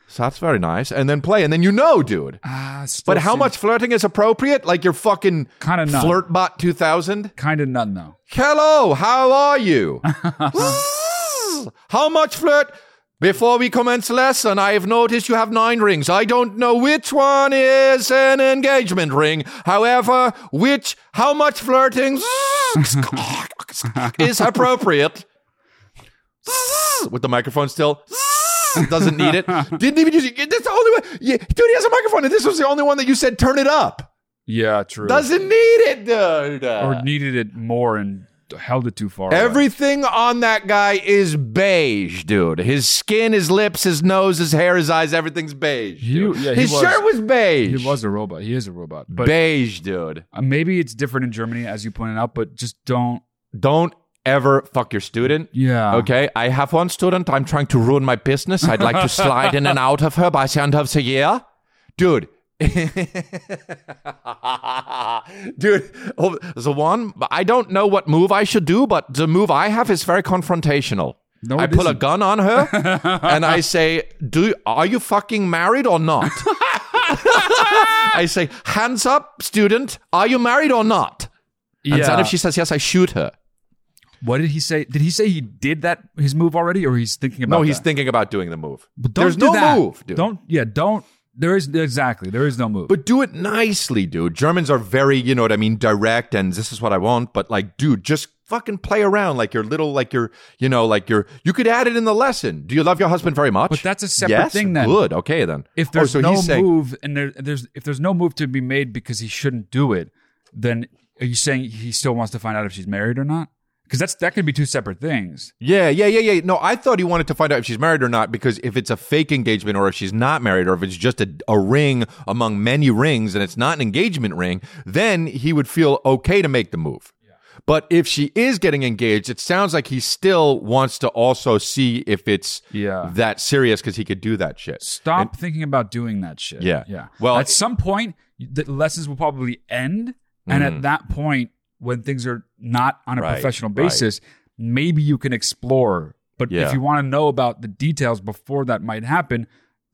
C: so that's very nice. And then play, and then you know, dude.
A: Ah, still
C: But how
A: seems-
C: much flirting is appropriate? Like you're fucking
A: Kinda none.
C: flirtbot 2000.
A: Kind of none though.
C: Hello, how are you? how much flirt? Before we commence lesson, I have noticed you have nine rings. I don't know which one is an engagement ring. However, which how much flirting is appropriate? With the microphone still doesn't need it. Didn't even use it. That's the only one. Yeah, dude, he has a microphone, and this was the only one that you said turn it up.
A: Yeah, true.
C: Doesn't need it, dude.
A: or needed it more and held it too far. away.
C: Everything on that guy is beige, dude. His skin, his lips, his nose, his hair, his eyes, everything's beige.
A: He-
C: dude.
A: yeah, he
C: his
A: was-
C: shirt was beige.
A: he was a robot. He is a robot. But
C: beige, dude.
A: uh, maybe it's different in Germany, as you pointed out. But just don't.
C: Don't ever fuck your student.
A: Yeah.
C: Okay, I have one student. I'm trying to ruin my business. I'd like to slide in and out of her by the end of the year. Dude. Dude, oh, the one, I don't know what move I should do, but the move I have is very confrontational.
A: No,
C: I
A: it
C: pull a
A: isn't.
C: gun on her and I say, "Do Are you fucking married or not? I say, Hands up, student. Are you married or not? And then if she says yes, I shoot her.
A: What did he say? Did he say he did that his move already, or he's thinking about?
C: No, he's
A: that?
C: thinking about doing the move.
A: But don't
C: There's
A: do
C: no
A: that.
C: move, dude.
A: Don't. Yeah, don't. There is exactly. There is no move.
C: But do it nicely, dude. Germans are very, you know what I mean, direct and this is what I want, but like, dude, just fucking play around like your little like your you know, like your you could add it in the lesson. Do you love your husband very much?
A: But that's a separate
C: yes?
A: thing then.
C: Good, okay then.
A: if
C: Oh,
A: there's
C: so
A: no
C: he's saying-
A: move and there, there's if there's no move to be made because he shouldn't do it, then are you saying he still wants to find out if she's married or not? Because that's that could be two separate things.
C: Yeah, yeah, yeah, yeah. No, I thought he wanted to find out if she's married or not because if it's a fake engagement or if she's not married or if it's just a, a ring among many rings and it's not an engagement ring, then he would feel okay to make the move. But if she is getting engaged, it sounds like he still wants to also see if it's
A: Yeah.
C: that serious because he could do that shit.
A: Stop thinking about doing that shit.
C: Yeah.
A: yeah.
C: Well,
A: Well,
C: it-
A: at some point, the lessons will probably end, and at that point, when things are not on a
C: Mm-hmm. Right,
A: professional
C: right.
A: basis, maybe you can explore. But
C: Yeah.
A: if you want to know about the details before that might happen,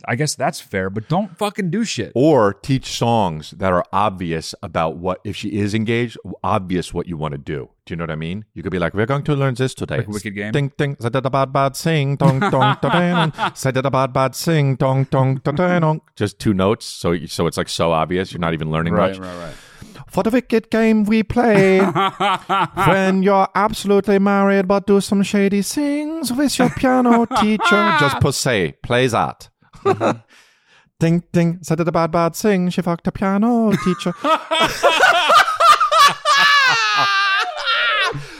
A: I guess that's fair. But don't fucking do shit.
C: or teach songs that are obvious about what if she is engaged obvious what you want to do do you know what i mean you could be like we're going to learn this today
A: Like Wicked Game?
C: ding ding bad bad sing dong dong bad bad sing dong dong da, da, dong just two notes so you- so it's like so obvious you're not even learning much
A: right,
C: for the wicked game we play when you're absolutely married but do some shady things with your piano
G: Ah.
C: teacher just posse play that ding ding said it a bad bad thing she fucked a piano teacher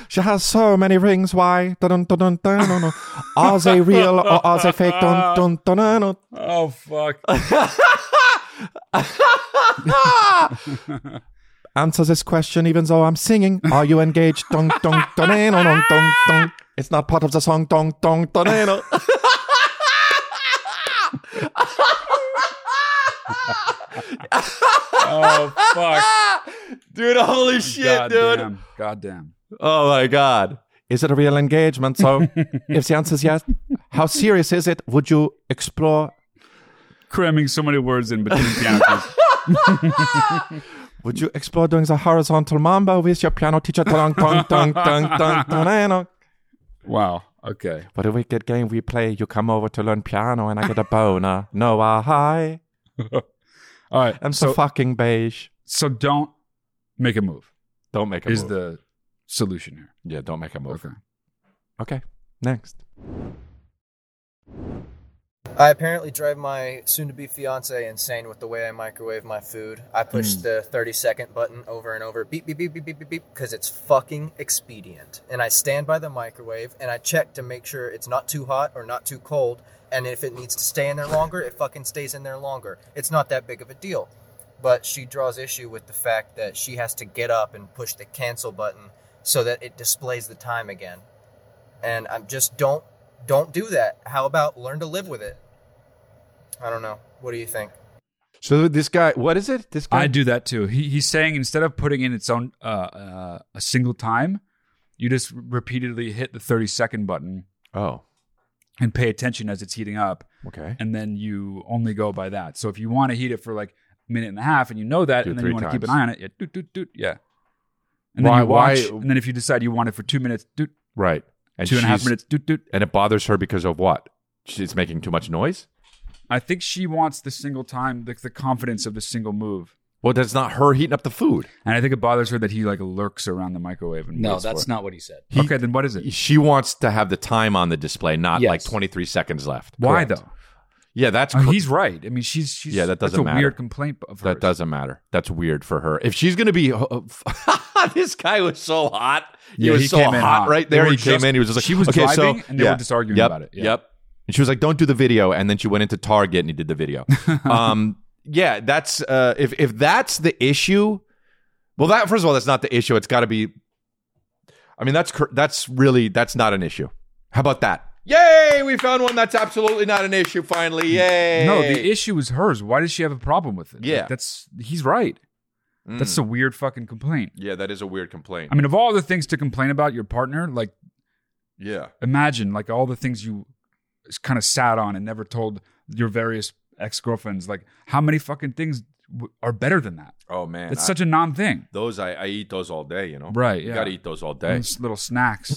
C: She has so many rings. Why? Dun, dun, dun, dun, dun, dun. Are they real or are they fake? Dun, dun, dun, dun, dun.
A: Oh fuck.
C: answer this question even though I'm singing. Are you engaged? dong dong dong eh, no, dong dong dong. It's not part of the song. Dong dong dong. eh, no.
A: Oh fuck.
C: Dude, holy shit,
A: God
C: dude.
A: damn. God damn.
C: Oh my god. Is it a real engagement? So, if the answer is yes, how serious is it? Would you explore?
A: Cramming so many words in between piano keys.
C: Would you explore doing the horizontal mambo with your piano teacher? Dong dong dong dong dong dong. eh, no.
A: Wow. Okay.
C: What a wicked game we play. You come over to learn piano, and I get a boner. No, I
A: All right.
C: am so
A: so
C: fucking beige.
A: so don't make a move.
C: Don't make a
A: is
C: move.
A: the solution here.
C: yeah, don't make a move.
A: Okay.
C: Okay, next.
H: I apparently drive my soon to be fiance insane with the way I microwave my food. I push the 30 second button over and over beep, beep, beep, beep, beep, beep, beep, because it's fucking expedient. And I stand by the microwave and I check to make sure it's not too hot or not too cold. And if it needs to stay in there longer, it fucking stays in there longer. It's not that big of a deal. But she draws issue with the fact that she has to get up and push the cancel button so that it displays the time again. And I'm just don't don't do that. How about learn to live with it? I don't know. What do you think?
C: So this guy, what is it? This guy.
A: I do that too. He, he's saying instead of putting in its own uh, uh, a single time, you just repeatedly hit the 30 second button
C: Oh,
A: and pay attention as it's heating up.
C: okay.
A: And then you only go by that. So if you want to heat it for like a minute and a half and you know that,
C: Do it
A: and then you
C: three
A: want to keep an
C: times.
A: eye on it, yeah, doot, doot, doot, yeah. And
C: Why-
A: then you watch,
C: why-
A: and then if you decide you want it for two minutes, doot,
C: Right. And
A: two and a half
C: she's-
A: minutes, doot, doot.
C: And it bothers her because of what? She's making too much noise.
A: I think she wants the single time, like the confidence of the single move.
C: Well, that's not her heating up the food.
A: And I think it bothers her that he like lurks around the microwave. And
G: No,
A: waits
G: that's
A: for it.
G: not what he said.
C: He-
A: okay, then what is it?
C: She wants to have the time on the display, not
G: Yes.
C: like 23 seconds left.
A: Why
C: Correct.
A: though?
C: Yeah, that's
A: I mean,
C: cr-
A: he's right. I mean, she's she's
C: Yeah, that
A: that's
C: doesn't
A: a
C: matter.
A: weird complaint of hers.
C: that doesn't matter. That's weird for her. If she's gonna be, uh, this guy was so hot. He
A: Yeah,
C: was
A: he
C: so
A: came in
C: hot,
A: hot.
C: right
A: They
C: there.
A: were
C: He came
A: just-
C: in. He was just like,
A: she was
C: okay,
A: driving,
C: so,
A: and they were just arguing
C: yep,
A: about it. Yeah.
C: Yep. And she was like, "Don't do the video," and then she went into Target and he did the video. um, yeah, that's uh, if if that's the issue. Well, that first of all, that's not the issue. It's got to be. I mean, that's cur- that's really that's not an issue. How about that? Yay! We found one that's absolutely not an issue. Finally, yay!
A: No, the issue is hers. Why does she have a problem with it?
C: Yeah. Mm.
A: Like, that's he's right. That's a weird fucking complaint.
C: yeah, that is a weird complaint.
A: I mean, of all the things to complain about your partner, like
C: yeah.
A: imagine like all the things you kind of sat on and never told your various ex girlfriends. Like how many fucking things w- are better than that?
C: Oh man,
A: it's
C: I-
A: such a non thing.
C: those I, I eat those all day. You know,
A: Right,
C: You
A: yeah.
C: gotta eat those all day.
A: Those little snacks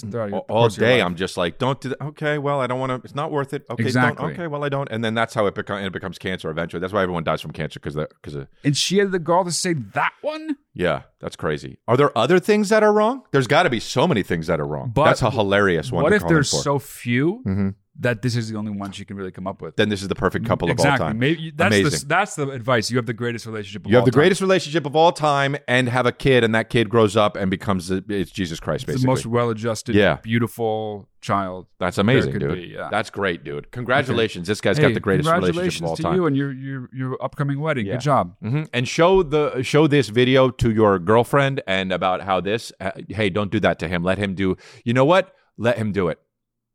A: throughout
C: all,
A: your-
C: all
A: course of your
C: day
A: life.
C: i'm just like don't do that okay well i don't want to it's not worth it okay
A: Exactly.
C: don't, okay well i don't and then that's how it becomes it becomes cancer eventually that's why everyone dies from cancer because because of
A: and she had the gall to say that one.
C: yeah that's crazy are there other things that are wrong there's got to be so many things that are wrong
A: But
C: that's a hilarious one
A: What
C: to
A: if
C: call in
A: there's
C: for.
A: so few
C: Mhm.
A: that this is the only one she can really come up with? Mm-hmm.
C: then this is the perfect couple
A: exactly.
C: of all time
A: Maybe that's
C: Amazing.
A: the that's the advice. You have the greatest relationship. Of
C: you have
A: all
C: the
A: time.
C: greatest relationship of all time and have a kid and that kid grows up and becomes the- it's jesus christ
A: It's
C: basically
A: the most well-adjusted,
C: Yeah.
A: beautiful child.
C: that's amazing
A: could
C: dude
A: be, yeah.
C: that's great dude congratulations this guy's got the greatest relationship of all
A: congratulations to
C: time
A: you and your your your upcoming wedding.
C: Yeah.
A: Good job.
C: hmm And show the show this video to your girlfriend and about how this. Uh, hey, don't do that to him. Let him do. You know what? Let him do it.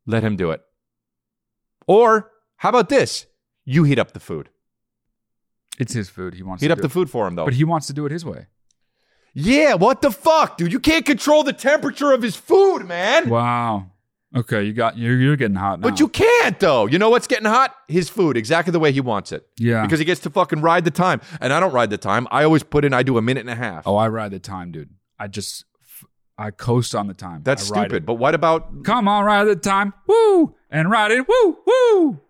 C: Let him do it. Or how about this? You heat up the food.
A: It's his food. He wants
C: Heat
A: to
C: up
A: do
C: the
A: it.
C: food for him though.
A: but he wants to do it his way.
C: Yeah, what the fuck, dude? You can't control the temperature of his food, man.
A: Wow. Okay, you got you're, you're getting hot now.
C: But you can't though. You know what's getting hot? His food, exactly the way he wants it.
A: Yeah.
C: Because he gets to fucking ride the time. And I don't ride the time. I always put in I do a minute and a half.
A: Oh, I ride the time, dude. I just f- I coast on the time.
C: That's
A: I ride
C: stupid.
A: it.
C: But what about
A: Come on, ride the time. Woo! And ride it. Woo! Woo!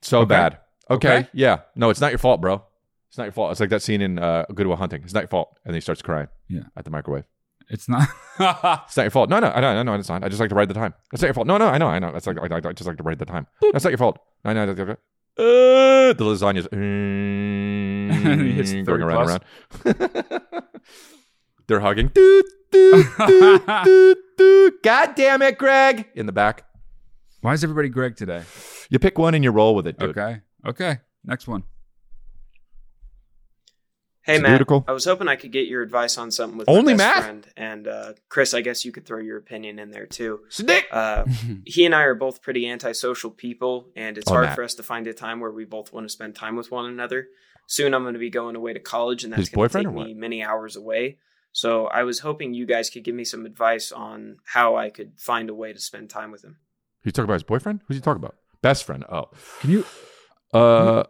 C: so
A: Okay.
C: bad? Okay.
A: Okay.
C: Yeah. No, it's not your fault, bro. It's not your fault. It's like that scene in uh, Goodwill Hunting. It's not your fault. And then he starts crying.
A: Yeah.
C: At the microwave.
A: It's not
C: It's not your fault. No, no, I know, I know, it's not. I just like to ride the time. That's not your fault. No, no, I know, I know. That's like I, I- I just like to ride the time. That's not your fault. No, no, no, no, no. Uh, the lasagna's
A: He hits
C: mm, going
A: 30
C: around and around. They're hugging. Doot, doot, doot, doot, doot. God damn it, Greg! In the back,
A: Why is everybody Greg today?
C: you pick one and you roll with it, dude.
A: Okay. Okay. Next one.
G: Hey,
C: Is it
G: Matt.
C: ludicrous?
G: I was hoping I could get your advice on something with
C: Only
G: my best
C: Matt?
G: friend. And uh, Chris, I guess you could throw your opinion in there too.
C: Snick.
G: Uh, he and I are both pretty antisocial people, and it's
C: Oh,
G: hard
C: Matt.
G: for us to find a time where we both want to spend time with one another. Soon, I'm going to be going away to college, and
C: His
G: that's going to
C: boyfriend
G: take
C: or what?
G: me many hours away. So, I was hoping you guys could give me some advice on how I could find a way to spend time with him.
C: He's talking about his boyfriend. Who's he talking about? Best friend. Oh,
A: Can you
C: uh,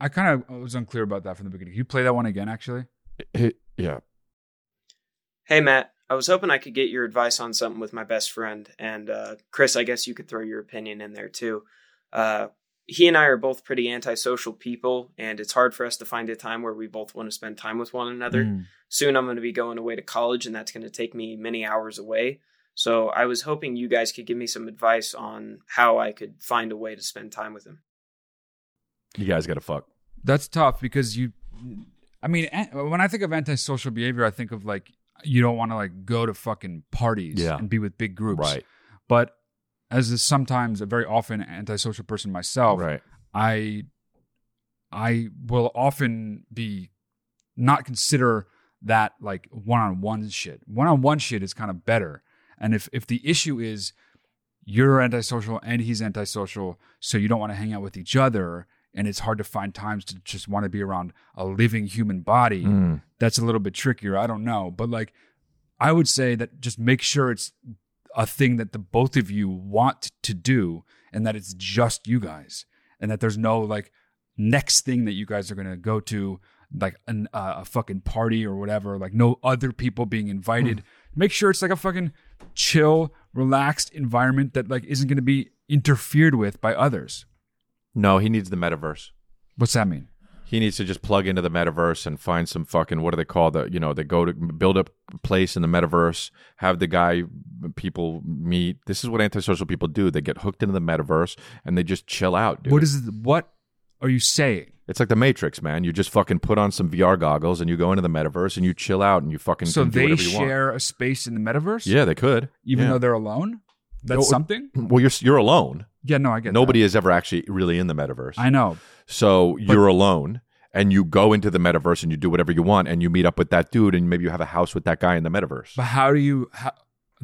A: I kind of was unclear about that from the beginning. Can you play that one again actually?
C: he- yeah.
G: Hey, Matt. I was hoping I could get your advice on something with my best friend. And uh, Chris, I guess you could throw your opinion in there too. Uh, he and I are both pretty antisocial people, and it's hard for us to find a time where we both want to spend time with one another.
A: Mm.
G: Soon, I'm going to be going away to college, and that's going to take me many hours away. So, I was hoping you guys could give me some advice on how I could find a way to spend time with him.
C: You guys got to fuck.
A: That's tough because you I mean an- when I think of antisocial behavior, I think of like you don't want to like go to fucking parties
C: Yeah.
A: and be with big groups.
C: Right.
A: But as is sometimes a very often antisocial person myself,
C: Right.
A: I I will often be not consider that like one on one shit. One on one shit is kind of better. And if if the issue is you're antisocial and he's antisocial, so you don't want to hang out with each other, and it's hard to find times to just want to be around a living human body
C: Mm.
A: that's a little bit trickier. I don't know, but like I would say that just make sure it's a thing that the both of you want to do and that it's just you guys and that there's no like next thing that you guys are going to go to like an, uh, a fucking party or whatever, like no other people being invited. Make sure it's like a fucking chill, relaxed environment that like isn't going to be interfered with by others.
C: No, he needs the metaverse.
A: What's that mean?
C: he needs to just plug into the metaverse and find some fucking what do they call the you know they go to build up a place in the metaverse have the guy people meet this is what antisocial people do they get hooked into the metaverse and they just chill out dude
A: What is it? What are you saying?
C: it's like the matrix man you just fucking put on some vr goggles and you go into the metaverse and you chill out and you fucking
A: so
C: can do
A: they
C: whatever you want.
A: share a space in the metaverse?
C: yeah they could
A: even
C: Yeah.
A: though they're alone. That's
C: No,
A: something.
C: well you're you're alone
A: Yeah, no, I get
C: nobody is ever actually really in the metaverse
A: That. I know.
C: So you're alone and you go into the metaverse and you do whatever you want and you meet up with that dude and maybe you have a house with that guy in the metaverse.
A: But how do you? How,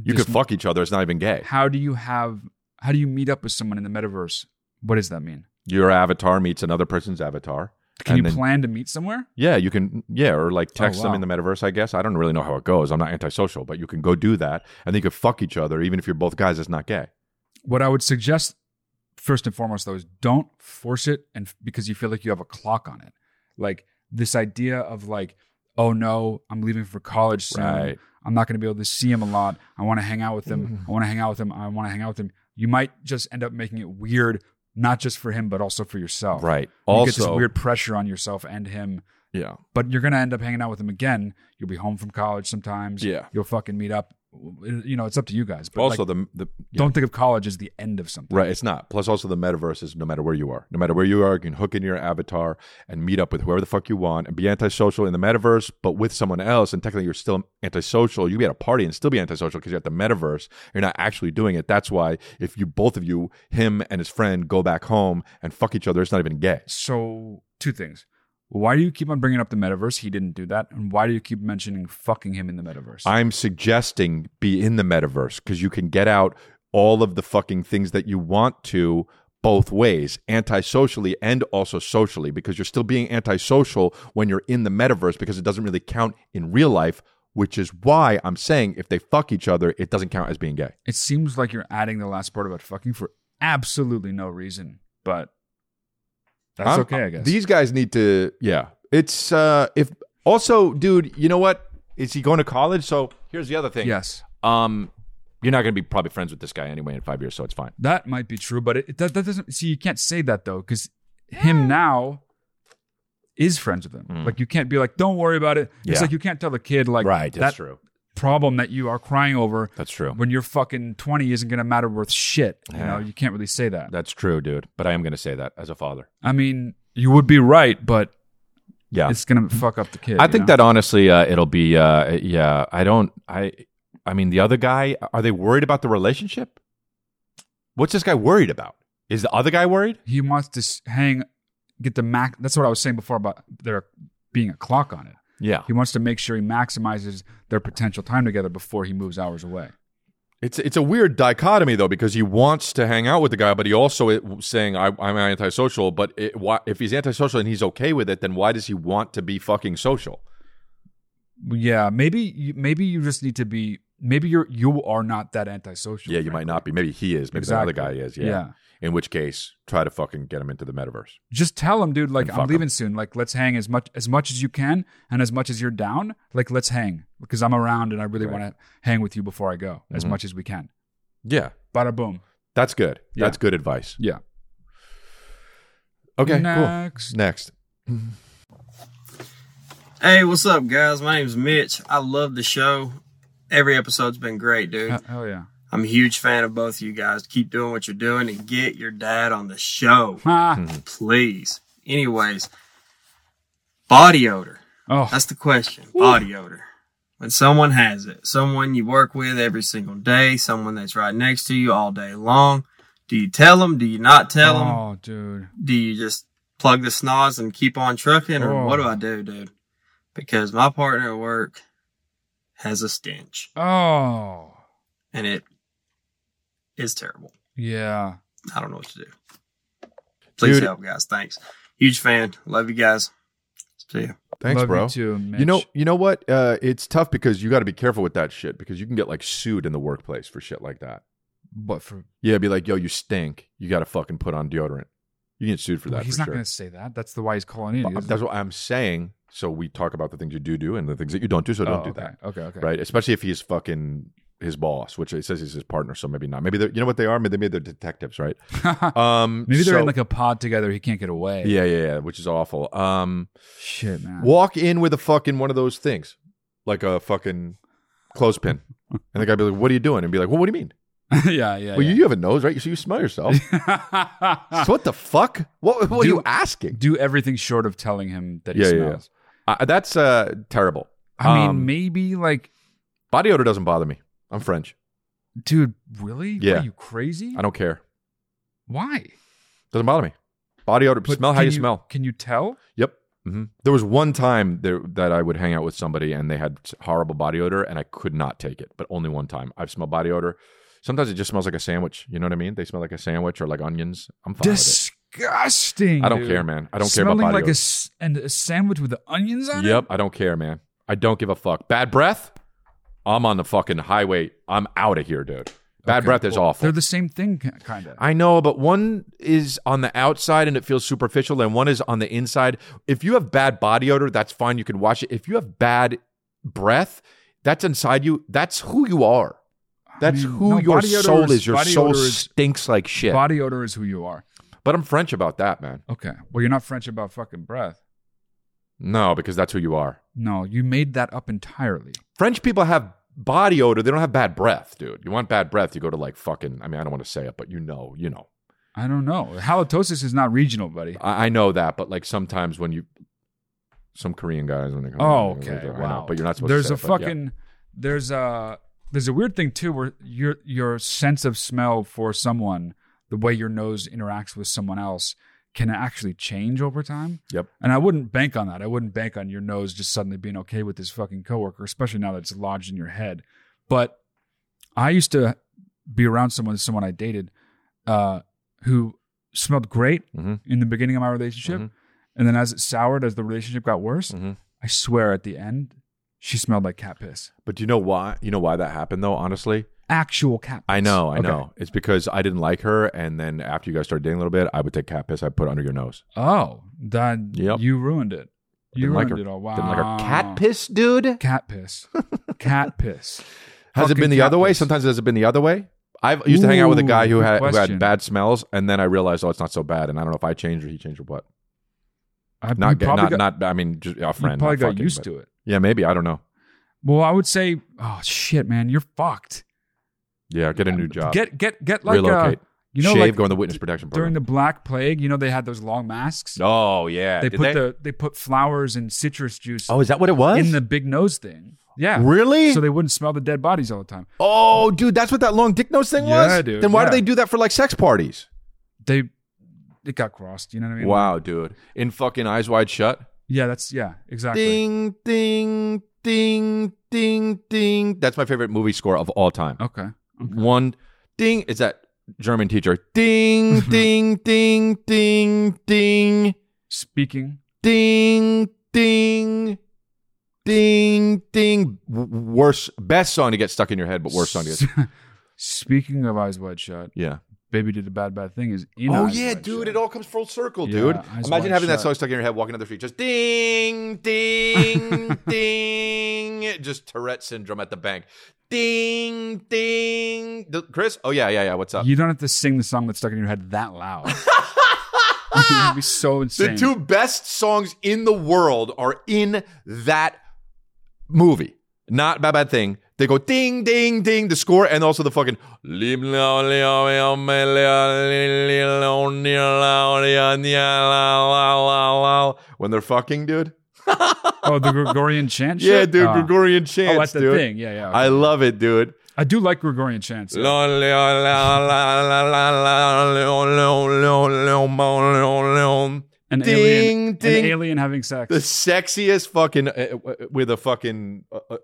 C: you
A: just-
C: could fuck each other. It's not even gay.
A: How do you have? How do you meet up with someone in the metaverse? What does that mean?
C: Your avatar meets another person's avatar.
A: Can
C: and
A: you
C: then-
A: plan to meet somewhere?
C: Yeah, you can. Yeah, or like text
A: wow.
C: them in the metaverse. I guess I don't really know how it goes. I'm not antisocial, but you can go do that, and then you could fuck each other, even if you're both guys. It's not gay.
A: What I would suggest first and foremost though is don't force it, and because you feel like you have a clock on it, like this idea of like, oh no, I'm leaving for college soon.
C: Right. Mm-hmm.
A: I'm not going to be able to see him a lot. I want to hang out with him. I want to hang out with him. I want to hang out with him. You might just end up making it weird, not just for him, but also for yourself.
C: Right.
A: you get this
C: Also,
A: weird pressure on yourself and him.
C: yeah,
A: But you're gonna end up hanging out with him again. You'll be home from college sometimes.
C: Yeah.
A: you'll fucking meet up. You know, it's up to you guys. But
C: also
A: like,
C: the the yeah.
A: don't think of college as the end of something.
C: Right, it's not. Plus, also the metaverse is no matter where you are, no matter where you are, you can hook into your avatar and meet up with whoever the fuck you want and be antisocial in the metaverse, but with someone else. And technically, you're still antisocial. You can be at a party and still be antisocial because you're at the metaverse. You're not actually doing it. That's why if you both of you, him and his friend, go back home and fuck each other, it's not even gay.
A: So two things. Why do you keep on bringing up the metaverse? He didn't do that. And why do you keep mentioning fucking him in the metaverse?
C: I'm suggesting be in the metaverse because you can get out all of the fucking things that you want to both ways, antisocially and also socially, because you're still being antisocial when you're in the metaverse because it doesn't really count in real life which is why I'm saying if they fuck each other, it doesn't count as being gay.
A: It seems like you're adding the last part about fucking for absolutely no reason, but that's
C: I'm-
A: okay, I guess.
C: These guys need to, yeah. It's uh if also, dude, you know what? Is he going to college? So here's the other thing.
A: yes,
C: Um, you're not gonna be probably friends with this guy anyway in five years, so it's fine.
A: that might be true, but it, it, that, that doesn't. See, you can't say that though, because him now is friends with him. Like you can't be like, don't worry about it.
C: Mm. Yeah.
A: It's like you can't tell the kid like that
C: true.
A: problem that you are crying over
C: That's true.
A: when you're fucking 20 isn't going to matter worth shit. You
C: Yeah.
A: know, you can't really say that.
C: That's true, dude. But I am gonna say that as a father.
A: I mean, you would be right, but
C: Yeah.
A: it's going to fuck up the kid.
C: I
A: you
C: think
A: know?
C: that honestly, uh, it'll be uh, yeah. I don't. I. I mean, the other guy. Are they worried about the relationship? What's this guy worried about? Is the other guy worried?
A: he wants to s- hang, get the max. That's what I was saying before about there being a clock on it.
C: Yeah.
A: He wants to make sure he maximizes their potential time together before he moves hours away.
C: It's it's a weird dichotomy though because he wants to hang out with the guy, but he also is saying I, I'm antisocial. But it, why, if he's antisocial and he's okay with it, then why does he want to be fucking social?
A: Yeah, maybe you- maybe you just need to be. Maybe you're you are not that antisocial.
C: Yeah, you might not be. Maybe he is. Maybe the other
A: Exactly.
C: guy is. Yeah.
A: Yeah.
C: In which case, try to fucking get him into the metaverse.
A: Just tell him, dude. Like
C: And
A: I'm
C: fuck
A: leaving soon. Like let's hang as much as much as you can, and as much as you're down. Like let's hang because I'm around and I really
C: Right.
A: want to hang with you before I go as
C: Mhm.
A: much as we can.
C: Yeah,
A: Bada boom.
C: that's good.
A: Yeah.
C: That's good advice.
A: Yeah.
C: Okay,
A: Next.
C: cool. Next.
G: Hey, what's up, guys? My name's Mitch. I love the show. Every episode's been great, dude.
A: Hell- Hell yeah.
G: I'm a huge fan of both of you guys. Keep doing what you're doing and get your dad on the show,
A: Ah.
C: Mm-hmm.
G: please. Anyways, body odor.
A: Oh,
G: That's the question. Body odor. When someone has it, someone you work with every single day, someone that's right next to you all day long, do you tell them? Do you not tell them?
A: oh, dude.
G: do you just plug the snozz and keep on trucking or
A: Oh.
G: what do I do, dude? Because my partner at work has a stench
A: Oh,
G: and it is terrible.
A: yeah.
G: I don't know what to do. Please
C: Dude.
G: help, guys. Thanks. Huge fan. Love you guys. See ya.
C: Thanks,
A: Love
C: bro.
A: You, too, Mitch.
C: You know, you know what? Uh, it's tough because you got to be careful with that shit because you can get like sued in the workplace for shit like that.
A: but for
C: Yeah, be like, yo, you stink. You got to fucking put on deodorant. You get sued for that.
A: he's
C: for
A: not
C: sure.
A: going to say that. That's the why he's calling in. He
C: But
A: doesn't-
C: That's what I'm saying. So we talk about the things you do do and the things that you don't do. So don't
A: Oh,
C: do
A: okay.
C: that,
A: Okay. Okay.
C: right? Especially if he's fucking his boss, which it says he's his partner. So maybe not. Maybe they're, you know what they are? Maybe maybe they're detectives, right? Um,
A: Maybe they're
C: so-
A: in like a pod together. He can't get away.
C: yeah, yeah, yeah, which is awful. Um,
A: Shit, man.
C: walk in with a fucking one of those things, like a fucking clothespin, and the guy be like, "What are you doing?" And be like, "Well, what do you mean?"
A: yeah. Yeah.
C: well,
A: yeah.
C: you, you have a nose, right? So you smell yourself. so what the fuck? What, what are you
A: Dude.
C: asking?
A: do everything short of telling him that he
C: Yeah, yeah, yeah.
A: smells.
C: Uh, that's uh, terrible.
A: I mean,
C: Um,
A: maybe like,
C: body odor doesn't bother me. I'm French.
A: dude, really? What,
C: Yeah.
A: are you crazy?
C: I don't care.
A: Why?
C: Doesn't bother me. Body odor.
A: But
C: smell how
A: can
C: you, smell.
A: Can you tell?
C: Yep. hmm There was one time there that I would hang out with somebody and they had horrible body odor and I could not take it, but only one time. I've smelled body odor. Sometimes it just smells like a sandwich. You know what I mean? They smell like a sandwich or like onions. I'm fine
A: Disgusting.
C: with it. I don't
A: dude.
C: care, man. I don't
A: Smelling
C: care about body
A: like
C: odor.
A: a s- and a sandwich with the onions on it.
C: Yep, I don't care, man. I don't give a fuck. Bad breath. I'm on the fucking highway. I'm out of here, dude. Bad
A: Okay,
C: breath is
A: well,
C: awful.
A: They're the same thing, kind of.
C: I know, but one is on the outside and it feels superficial, and one is on the inside. If you have bad body odor, that's fine. You can wash it. If you have bad breath, that's inside you. That's who you are. That's
A: mean,
C: who
A: no,
C: your
A: body odor
C: soul
A: is-
C: is. Your
A: body
C: soul
A: odor is-
C: stinks like shit.
A: Body odor is who you are.
C: but I'm French about that, man.
A: Okay. Well, you're not French about fucking breath.
C: No, because that's who you are.
A: No, you made that up entirely.
C: French people have body odor. They don't have bad breath, dude. You want bad breath, you go to like fucking. I mean, I don't want to say it, but you know, you know.
A: I don't know. Halitosis is not regional, buddy.
C: I, I know that, but like sometimes when you, some Korean guys when they come.
A: Oh,
C: in,
A: okay.
C: I know,
A: wow.
C: but you're not supposed.
A: There's
C: to
A: a
C: say it, but yeah.
A: fucking there's a there's a weird thing too where your your sense of smell for someone, the way your nose interacts with someone else, can actually change over time.
C: Yep.
A: And I wouldn't bank on that. I wouldn't bank on your nose just suddenly being okay with this fucking coworker, especially now that it's lodged in your head. But I used to be around someone, someone I dated, uh, who smelled great
C: Mhm.
A: in the beginning of my relationship,
C: Mhm.
A: and then as it soured, as the relationship got worse,
C: Mhm.
A: I swear at the end, She smelled like cat piss.
C: But do you know why? You know why that happened though, honestly?
A: Actual cat piss.
C: I know, I
A: Okay.
C: know. It's because I didn't like her and then after you guys started dating a little bit, I would take cat piss, I put it under your nose.
A: Oh, that
C: Yep.
A: you ruined it. You
C: Didn't like
A: ruined
C: her.
A: it all. Wow.
C: Didn't like her cat piss, dude.
A: Cat piss. cat piss.
C: Has it
A: Fucking
C: been the
A: cat
C: other way?
A: piss.
C: Sometimes has it been the other way? I've used to hang out with a guy who
A: Ooh, good
C: had who
A: question.
C: had bad smells, and then I realized, oh, it's not so bad. And I don't know if I changed or he changed or what.
A: I, you
C: Not, ga-
A: probably
C: not,
A: got,
C: not. I mean, just a friend.
A: You probably
C: not
A: got
C: fucking,
A: used
C: but-
A: to it.
C: Yeah, maybe. I don't know.
A: Well, I would say, oh shit, man, you're fucked.
C: Yeah, get a new job.
A: Get get get like
C: relocate.
A: uh, you know
C: shave.
A: like
C: go in the witness protection program.
A: during the Black Plague. You know they had those long masks.
C: oh yeah,
A: they
C: Did
A: put the they put flowers and citrus juice
C: Oh, is that what it was?
A: in the big nose thing. Yeah,
C: Really?
A: So they wouldn't smell the dead bodies all the time.
C: oh, dude, that's what that long dick nose thing
A: Yeah,
C: was.
A: dude,
C: then why
A: yeah.
C: do they do that for like sex parties?
A: They it got crossed. You know what I mean?
C: Wow, dude, in fucking eyes wide shut.
A: Yeah, that's yeah, exactly.
C: Ding, ding, ding, ding, ding. That's my favorite movie score of all time.
A: Okay.
C: One ding is that German teacher. Ding, ding, ding, ding, ding,
A: Speaking.
C: ding, ding, ding, ding. W- Worse, best song to get stuck in your head, but worst song to get.
A: Speaking of Eyes Wide Shut,
C: Yeah.
A: Baby Did a Bad Bad Thing is in
C: Oh
A: Eyes
C: yeah,
A: Wide
C: dude!
A: Shut.
C: It all comes full circle,
A: Yeah,
C: dude.
A: eyes
C: Imagine
A: wide
C: having that
A: shut.
C: song stuck in your head, walking down the street, just ding, ding, ding, just Tourette syndrome at the bank, ding, ding. The- Chris, oh yeah, yeah, yeah. What's up?
A: You don't have to sing the song that's stuck in your head that loud. It'd be so
C: the
A: insane.
C: two best songs in the world are in that movie. Not bad, bad thing. They go ding, ding, ding. The score and also the fucking when they're fucking, dude.
A: oh, the Gregorian chant.
C: Yeah,
A: shit?
C: dude,
A: Ah.
C: Gregorian chants,
A: Oh, that's the
C: dude.
A: thing. Yeah, yeah.
C: I love it, dude.
A: I do like Gregorian chants. yeah. An
C: Ding,
A: alien,
C: ding.
A: an alien having sex.
C: The sexiest fucking uh, uh, with a fucking uh, uh,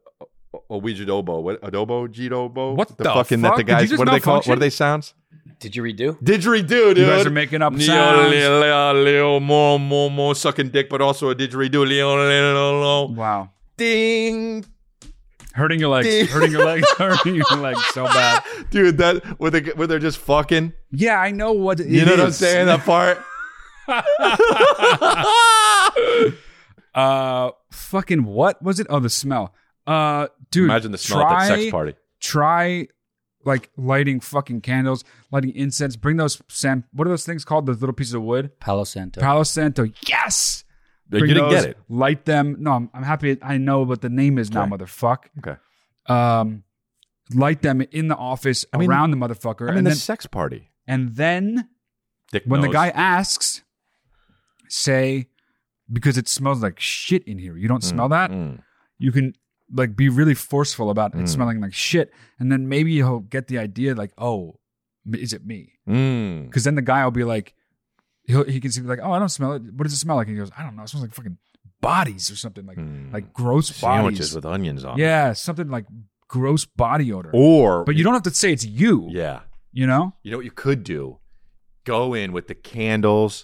C: uh, uh, Ouija dobo, what adobo, jidobo.
A: What the
C: fucking that
A: fuck?
C: the
A: Did you
C: guys?
A: just
C: What do they call? it? What
A: malfunction?
C: are they sounds?
I: Did you redo?
C: Didgeridoo, dude.
A: You guys are making up
C: Leo,
A: sounds.
C: leo, leo, leo, mo, mo, mo, sucking dick, but also a didgeridoo. Leo, leo, leo, leo.
A: Wow,
C: Ding,
A: hurting your legs,
C: Ding.
A: hurting your legs, hurting your legs so bad.
C: dude. That where they where they're just fucking.
A: Yeah, I know what it
C: You know what I'm
A: is.
C: saying? That part.
A: Uh, fucking what was it? Oh, the smell. Uh, dude,
C: Imagine the smell at that sex
A: try-
C: party.
A: try like lighting fucking candles, lighting incense. Bring those sam. What are those things called? Those little pieces of wood.
I: Palo Santo.
A: Palo Santo. Yes.
C: You
A: Bring
C: didn't
A: those,
C: get it.
A: Light them. No, I'm, I'm happy. I know what the name is now,
C: Okay.
A: motherfucker.
C: Okay.
A: Um, light them in the office
C: I mean-
A: around the motherfucker,
C: I mean,
A: and
C: the
A: then
C: sex party.
A: and then
C: Dick
A: when the
C: nose.
A: guy asks, say, because it smells like shit in here. You don't smell that.
C: Mm.
A: you can like be really forceful about it
C: Mm.
A: smelling like shit and then maybe he'll get the idea like oh m- is it me
C: Mm.
A: because then the guy will be like he'll, he can see like oh i don't smell it what does it smell like and he goes i don't know it smells like fucking bodies or something like
C: Mm.
A: like gross
C: Sandwiches
A: bodies
C: with onions on. it.
A: yeah something like gross body odor
C: Or
A: but you don't have to say it's you
C: Yeah.
A: you know
C: You know what you could do? Go in with the candles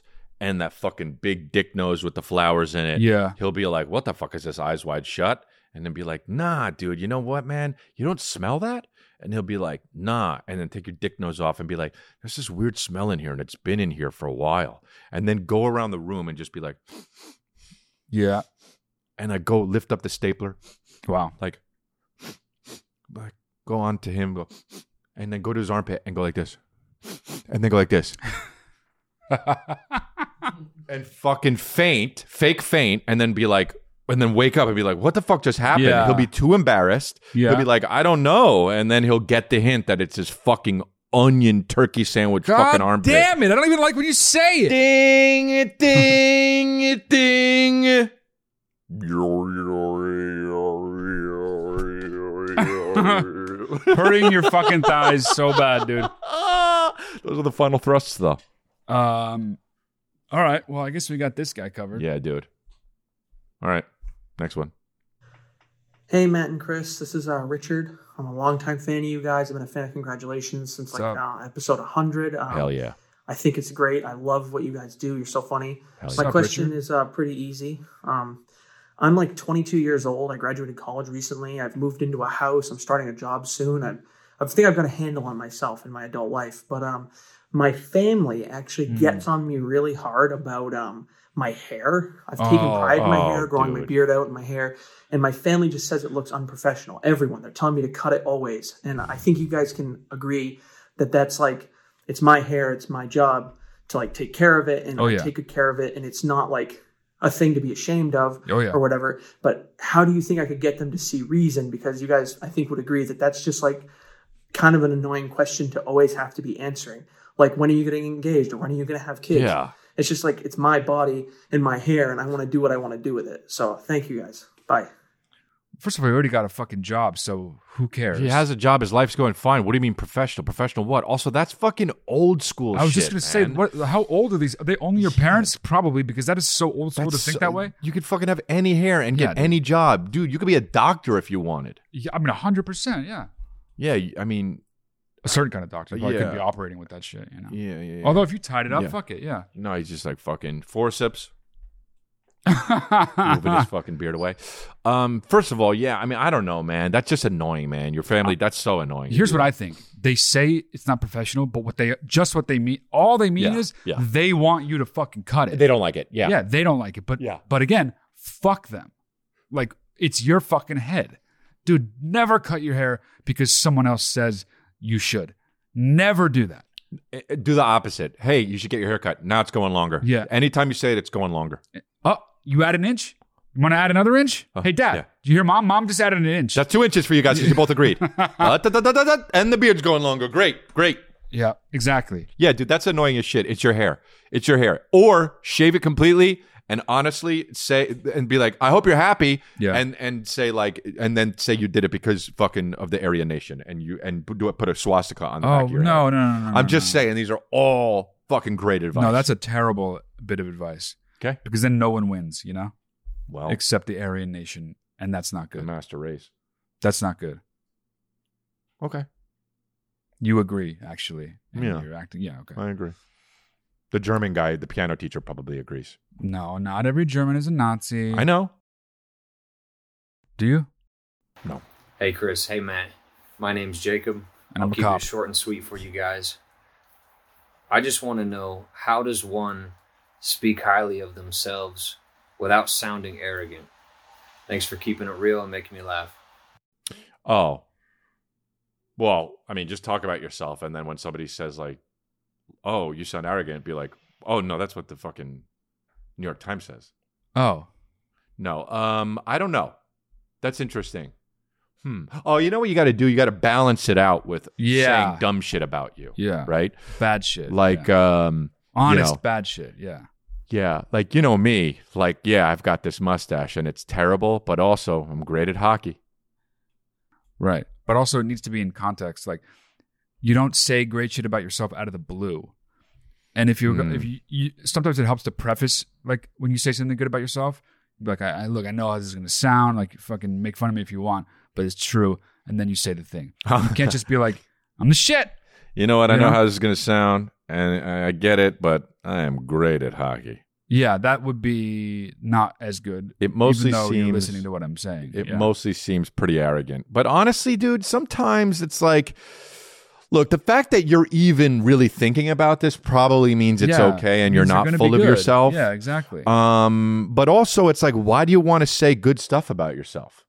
C: and that fucking big dick nose with the flowers in it.
A: yeah
C: He'll be like, "What the fuck is this? Eyes wide shut." And then be like, "Nah, dude. You know what, man? You don't smell that." And he'll be like, "Nah." And then take your dick nose off and be like, "There's this weird smell in here, and it's been in here for a while." And then go around the room and just be like,
A: yeah
C: and I go lift up the stapler,
A: wow
C: like, like go on to him, go, and then go to his armpit and go like this, and then go like this, and fucking faint, fake faint, and then be like, and then wake up and be like, what the fuck just happened?
A: Yeah.
C: He'll be too embarrassed.
A: Yeah.
C: He'll be like, I don't know, and then he'll get the hint that it's his fucking onion turkey sandwich fucking
A: God
C: armpit.
A: damn it i don't even like when you say it
C: Ding, it, ding, it, ding. Those
A: hurting your fucking thighs so bad dude
C: are the final thrusts, though.
A: Um. All right. Well, I guess we got this guy covered.
C: Yeah, dude. All right, next one.
J: Hey, Matt and Chris, this is uh, Richard. I'm a longtime fan of you guys. I've been a fan of Congratulations since like
A: What's
J: uh, episode 100. Um,
C: Hell yeah.
J: I think it's great. I love what you guys do. You're so funny.
C: Hell
J: My
C: yeah.
A: up,
J: question
A: Richard?
J: is uh, pretty easy. Um, I'm like 22 years old. I graduated college recently. I've moved into a house. I'm starting a job soon. I, I think I've got a handle on myself in my adult life. But um, my family actually
C: Hmm.
A: Mm.
J: gets on me really hard about um my hair. I've taken
A: Oh,
J: pride in my
C: oh,
J: hair, growing my
C: dude.
J: beard out and my hair, and my family just says it looks unprofessional. Everyone, they're telling me to cut it always, and I think you guys can agree that that's like it's my hair, it's my job to like take care of it and
A: Oh,
J: I
A: yeah.
J: take good care of it, and it's not like a thing to be ashamed of
A: Oh, yeah.
J: or whatever. But how do you think I could get them to see reason? Because you guys, I think, would agree that that's just like kind of an annoying question to always have to be answering. Like, when are you getting engaged or when are you going to have kids?
C: Yeah.
J: It's just like, it's my body and my hair, and I want to do what I want to do with it. So, thank you guys. Bye.
A: First of all, he already got a fucking job, so who cares?
C: He has a job. His life's going fine. What do you mean professional? Professional what? Also, that's fucking old school.
A: I was
C: shit,
A: just gonna say,
C: man.
A: what, how old are these? Are they only your parents? Probably because that is so old school to
C: That's
A: think
C: so-
A: that way.
C: You could fucking have any hair and
A: Yeah,
C: get
A: dude.
C: any job, dude. You could be a doctor if you wanted.
A: Yeah, I mean, hundred percent. Yeah,
C: Yeah, y- I mean,
A: a certain kind of doctor. Probably
C: Yeah.
A: could be operating with that shit. You know.
C: yeah, yeah. yeah.
A: Although if you tied it up,
C: Yeah.
A: fuck it. Yeah.
C: no, he's just like fucking forceps, moving his
A: I
C: fucking beard away. Um, first of all, yeah, I mean, I don't know, man. That's just annoying, man. Your family, that's so annoying.
A: Here's
C: dude.
A: what I think. They say it's not professional, but what they just what they mean, all they mean
C: Yeah,
A: is
C: yeah.
A: they want you to fucking cut it.
C: They don't like it. Yeah,
A: yeah, they don't like it. But
C: Yeah.
A: but again, fuck them. Like it's your fucking head. Dude, never cut your hair because someone else says you should. Never do that.
C: Eh, eh, Do the opposite. Hey, you should get your hair cut. Now it's going longer.
A: Yeah.
C: Anytime you say it, it's going longer.
A: Oh, you add an inch? You want to add another inch?
C: Uh,
A: hey, Dad,
C: yeah.
A: do you hear mom? Mom just added an inch.
C: That's two inches for you guys because you both agreed. Uh, da, da, da, da, da, and the beard's going longer. Great, great.
A: yeah, exactly.
C: Yeah, dude, that's annoying as shit. It's your hair. It's your hair. Or shave it completely and honestly say and be like, I hope you're happy.
A: Yeah.
C: And and say like and then say you did it because fucking of the Aryan nation and you and do it put a swastika on the back
A: Oh,
C: of your
A: no, no, no,
C: head.
A: no, no.
C: I'm just saying these are all fucking great advice.
A: No, that's a terrible bit of advice
C: okay.
A: because then no one wins, you know,
C: Well,
A: except the Aryan nation. And that's not
C: the
A: good.
C: master race.
A: That's not good.
C: Okay.
A: You agree, actually. And
C: Yeah.
A: You're acting. Yeah, okay.
C: I agree. The German guy, the piano teacher, probably agrees.
A: No, not every German is a Nazi.
C: I know.
A: Do you?
I: Hey, Chris. Hey, Matt. My name's Jacob.
A: And
I: I'll
A: I'm a
I: keep
A: cop.
I: it short and sweet for you guys. I just want to know how does one speak highly of themselves without sounding arrogant? Thanks for keeping it real and making me laugh.
C: Oh. Well, I mean, just talk about yourself. And then when somebody says, like, oh, you sound arrogant, be like, oh, no, that's what the fucking New York Times says.
A: Oh,
C: No, um, I don't know. That's interesting. Hmm. Oh, you know what you got to do? You got to balance it out with
A: Yeah.
C: saying dumb shit about you.
A: Yeah.
C: Right?
A: bad shit.
C: Like,
A: yeah.
C: um,
A: honest
C: you know.
A: bad shit. Yeah.
C: Yeah, like you know me, like yeah, I've got this mustache and it's terrible, but also I'm great at hockey.
A: Right. But also, it needs to be in context. Like, you don't say great shit about yourself out of the blue. And if you're, go-
C: Mm.
A: if you, you, sometimes it helps to preface, like, when you say something good about yourself, you'd be like, I, I look, I know how this is going to sound. Like, fucking make fun of me if you want, but it's true. And then you say the thing. You can't just be like, I'm the shit.
C: You know what? I
A: You
C: know
A: know?
C: how this is going to sound, and I I get it, but I am great at hockey.
A: Yeah, that would be not as good.
C: It mostly
A: even though
C: seems-
A: you're listening to what I'm saying.
C: It
A: Yeah.
C: mostly seems pretty arrogant. But honestly, dude, sometimes it's like, look, the fact that you're even really thinking about this probably means it's
A: Yeah,
C: okay and
A: means
C: you're
A: they're
C: not
A: gonna be
C: full of
A: good.
C: yourself.
A: Yeah, exactly.
C: Um, but also, it's like, why do you want to say good stuff about yourself?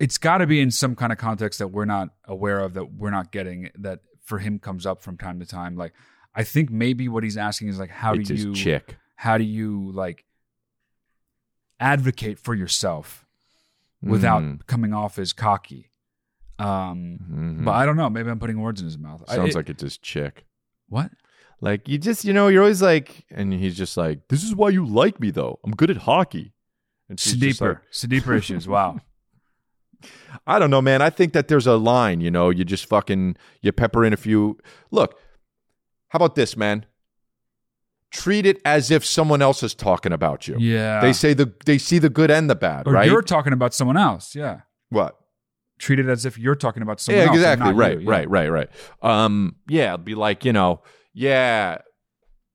A: it's got to be in some kind of context that we're not aware of that we're not getting that for him comes up from time to time like i think maybe what he's asking is like how
C: it's
A: do
C: his
A: you
C: chick.
A: how do you like advocate for yourself without
C: Mm.
A: coming off as cocky um
C: Mhm.
A: but i don't know maybe i'm putting words in his mouth I-
C: Sounds
A: it-
C: like it's his chick.
A: what
C: Like you just you know you're always like, and he's just like, this is why you like me though. I'm good at hockey. And she's just
A: deeper deeper issues wow
C: like, I don't know, man. I think that there's a line. You know, you just fucking you pepper in a few. Look, how about this, man? Treat it as if someone else is talking about you.
A: yeah
C: They say the they see the good and the bad,
A: or
C: right?
A: you're talking about someone else yeah
C: what?
A: treat it as if you're talking about someone
C: yeah,
A: else and
C: exactly.
A: not you.
C: Right,
A: Yeah.
C: right, right, right. Um, yeah, it'd be like you know, yeah.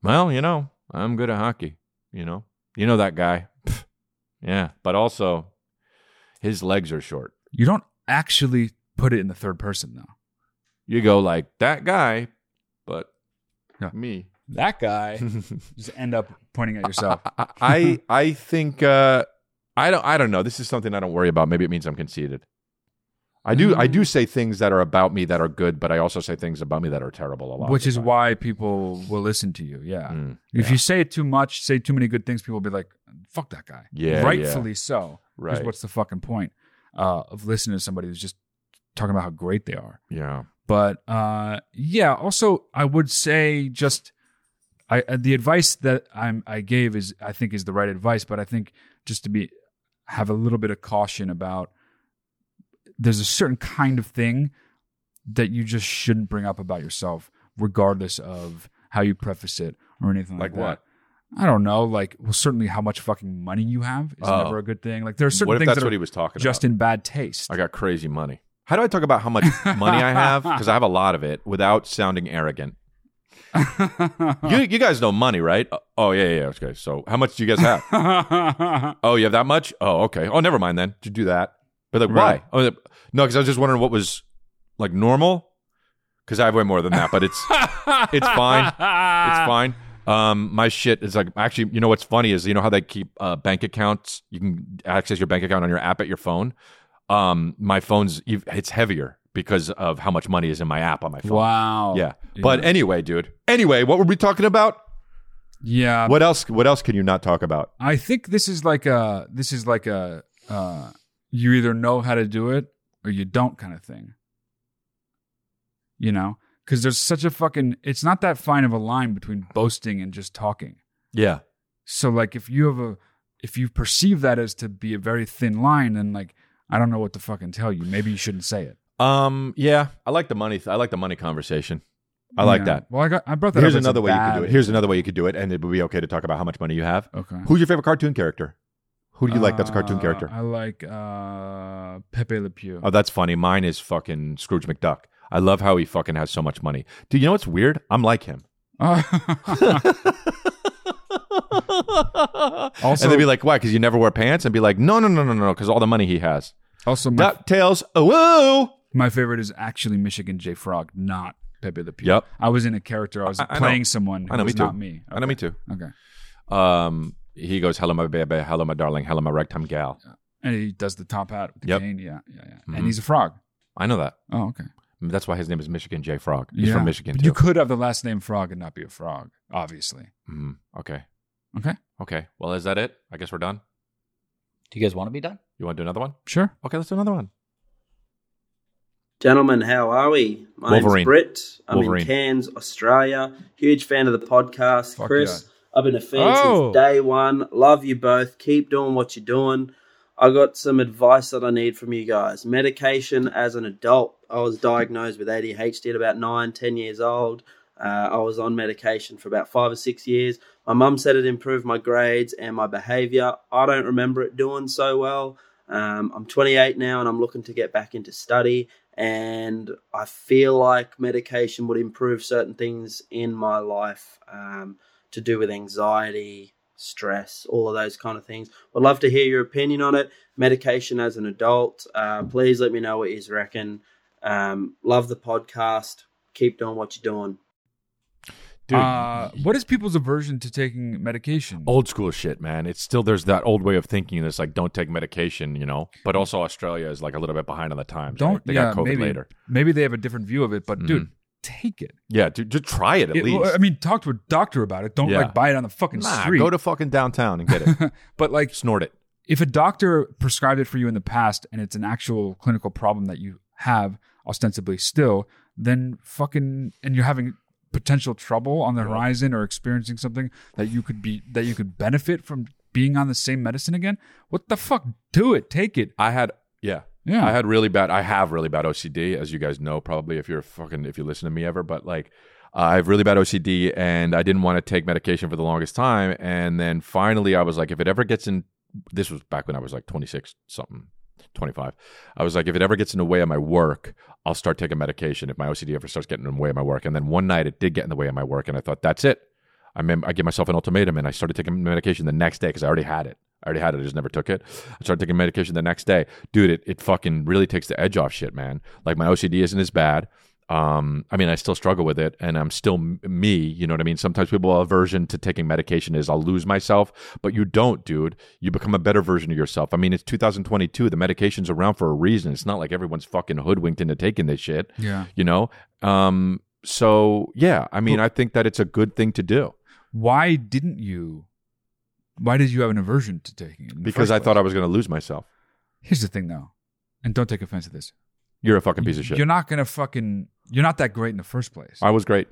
C: Well, you know, I'm good at hockey. You know, you know that guy. Pff, Yeah, but also his legs are short.
A: You don't actually put it in the third person though.
C: You go like that guy, but me.
A: That guy just end up pointing at yourself.
C: I I think uh, I don't I don't know. This is something I don't worry about. Maybe it means I'm conceited. I do
A: Mm.
C: I do say things that are about me that are good, but I also say things about me that are terrible a lot.
A: Which is why people will listen to you. Yeah.
C: Mm.
A: if you say it too much, say too many good things, people will be like, fuck that guy.
C: Yeah, yeah.
A: Rightfully so. 'Cause
C: Right.
A: What's the fucking point uh, of listening to somebody who's just talking about how great they are?
C: Yeah.
A: But uh, yeah, also, I would say just I, uh, the advice that I'm, I gave is, I think, is the right advice. But I think just to be have a little bit of caution about there's a certain kind of thing that you just shouldn't bring up about yourself, regardless of how you preface it or anything like,
C: Like what?
A: that. I don't know. Like, well, certainly how much fucking money you have is
C: Oh.
A: never a good thing. Like, there are certain
C: What if
A: things
C: that's
A: that are
C: what he was talking
A: just
C: about?
A: in bad taste.
C: I got crazy money. How do I talk about how much money I have? Because I have a lot of it without sounding arrogant. you, you guys know money, right? Oh yeah, yeah. yeah. Okay, so how much do you guys have? Oh, you have that much? Oh, okay. Oh, never mind then. You do that. But like,
A: Right.
C: why? Oh, the- no, because I was just wondering what was like normal. Because I have way more than that, but it's it's fine. It's fine. Um, my shit is like actually, you know what's funny is you know how they keep uh, bank accounts. You can access your bank account on your app at your phone. Um, my phone's ev- it's heavier because of how much money is in my app on my phone.
A: wow.
C: Yeah. But anyway, dude. Anyway, what were we talking about?
A: Yeah.
C: What else? What else can you not talk about?
A: I think this is like a this is like a uh, you either know how to do it or you don't kind of thing. You know, because there's such a fucking it's not that fine of a line between boasting and just talking.
C: Yeah.
A: So like if you have a if you perceive that as to be a very thin line, then like I don't know what to fucking tell you. Maybe you shouldn't say it.
C: Um. Yeah, I like the money. Th- I like the money conversation. I like
A: Yeah.
C: that.
A: Well, I got I brought that.
C: Here's
A: up as a
C: another way you could
A: bad-
C: do it. Here's another way you could do it, and it would be okay to talk about how much money you have.
A: Okay.
C: Who's your favorite cartoon character? Who do you like? That's a cartoon
A: Uh,
C: character.
A: I like uh, Pepe Le Pew.
C: Oh, that's funny. Mine is fucking Scrooge McDuck. I love how he fucking has so much money. Dude, you know what's weird? I'm like him.
A: Also-
C: and they'd be like, "Why? Because you never wear pants?" And be like, "No, no, no, no, no, because all the money he has."
A: also, my
C: Ducktales. Oh, whoa.
A: My favorite is actually Michigan J. Frog, not Pepe Le Pew.
C: Yep.
A: I was in a character. I was
C: I- I know.
A: playing someone. Who
C: I know, me
A: was
C: too.
A: Not me.
C: I know, me too.
A: Okay.
C: Um, he goes, "Hello, my baby. Hello, my darling. Hello, my ragtime gal."
A: And he does the top hat with the
C: Yep.
A: cane. Yeah, yeah, yeah.
C: Mhm.
A: And he's a frog.
C: I know that.
A: Oh, okay.
C: That's why his name is Michigan J. Frog. He's
A: Yeah.
C: from Michigan
A: But
C: too.
A: You could have the last name Frog and not be a frog, obviously.
C: Mm, okay.
A: Okay.
C: Okay. Well, is that it? I guess we're done.
K: Do you guys want to be done?
C: You want to do another one?
A: Sure.
C: Okay, let's do another one.
K: Gentlemen, how are we? My
C: Wolverine.
K: name's Britt. I'm
C: Wolverine.
K: in Cairns, Australia. Huge fan of the podcast.
C: Fuck
K: Chris, I've been a fan
C: Oh.
K: since day one. Love you both. Keep doing what you're doing. I got some advice that I need from you guys. Medication as an adult. I was diagnosed with ADHD at about nine, ten years old. Uh, I was on medication for about five or six years. My mum said it improved my grades and my behaviour. I don't remember it doing so well. Um, I'm 28 now and I'm looking to get back into study. And I feel like medication would improve certain things in my life um, to do with anxiety, stress, all of those kind of things. Would love to hear your opinion on it. Medication as an adult. Uh, please let me know what you reckon. Um, love the podcast. Keep doing what you're doing.
C: Dude.
A: Uh, what is people's aversion to taking medication?
C: Old school shit, man. It's still there's that old way of thinking that's like don't take medication, you know. But also Australia is like a little bit behind on the times.
A: Don't.
C: right? they
A: yeah,
C: got COVID
A: maybe,
C: later?
A: Maybe they have a different view of it, but dude,
C: Mhm.
A: take it.
C: Yeah, dude, just try it at
A: It-
C: least.
A: I mean, talk to a doctor about it. Don't
C: Yeah.
A: like buy it on the fucking
C: Nah,
A: street.
C: go to fucking downtown and get it.
A: but like,
C: Snort it.
A: if a doctor prescribed it for you in the past and it's an actual clinical problem that you have ostensibly still, then fucking and you're having potential trouble on the horizon or experiencing something that you could be that you could benefit from being on the same medicine again, what the fuck? Do it. Take it.
C: I had yeah.
A: Yeah.
C: I had really bad I have really bad OCD as you guys know probably if you're fucking if you listen to me ever but like uh, I have really bad OCD and I didn't want to take medication for the longest time and then finally I was like if it ever gets in this was back when I was like 26 something 25 I was like if it ever gets in the way of my work I'll start taking medication if my OCD ever starts getting in the way of my work and then one night it did get in the way of my work and I thought that's it I mem- I gave myself an ultimatum and I started taking medication the next day because I already had it. I already had it. I just never took it. I started taking medication the next day. Dude, it, it fucking really takes the edge off shit, man. Like my OCD isn't as bad. Um, I mean, I still struggle with it and I'm still m- me. You know what I mean? Sometimes people aversion to taking medication is I'll lose myself, but you don't, dude. You become a better version of yourself. I mean, it's 2022. The medication's around for a reason. It's not like everyone's fucking hoodwinked into taking this shit.
A: Yeah.
C: You know? Um, so yeah, I mean, I think that it's a good thing to do.
A: Why didn't you? Why did you have an aversion to taking it? in the
C: Because
A: first
C: I
A: place?
C: thought I was going to lose myself.
A: Here's the thing, though, and don't take offense to this.
C: You're a fucking piece of shit.
A: You're not gonna fucking. You're not that great in the first place.
C: I was great.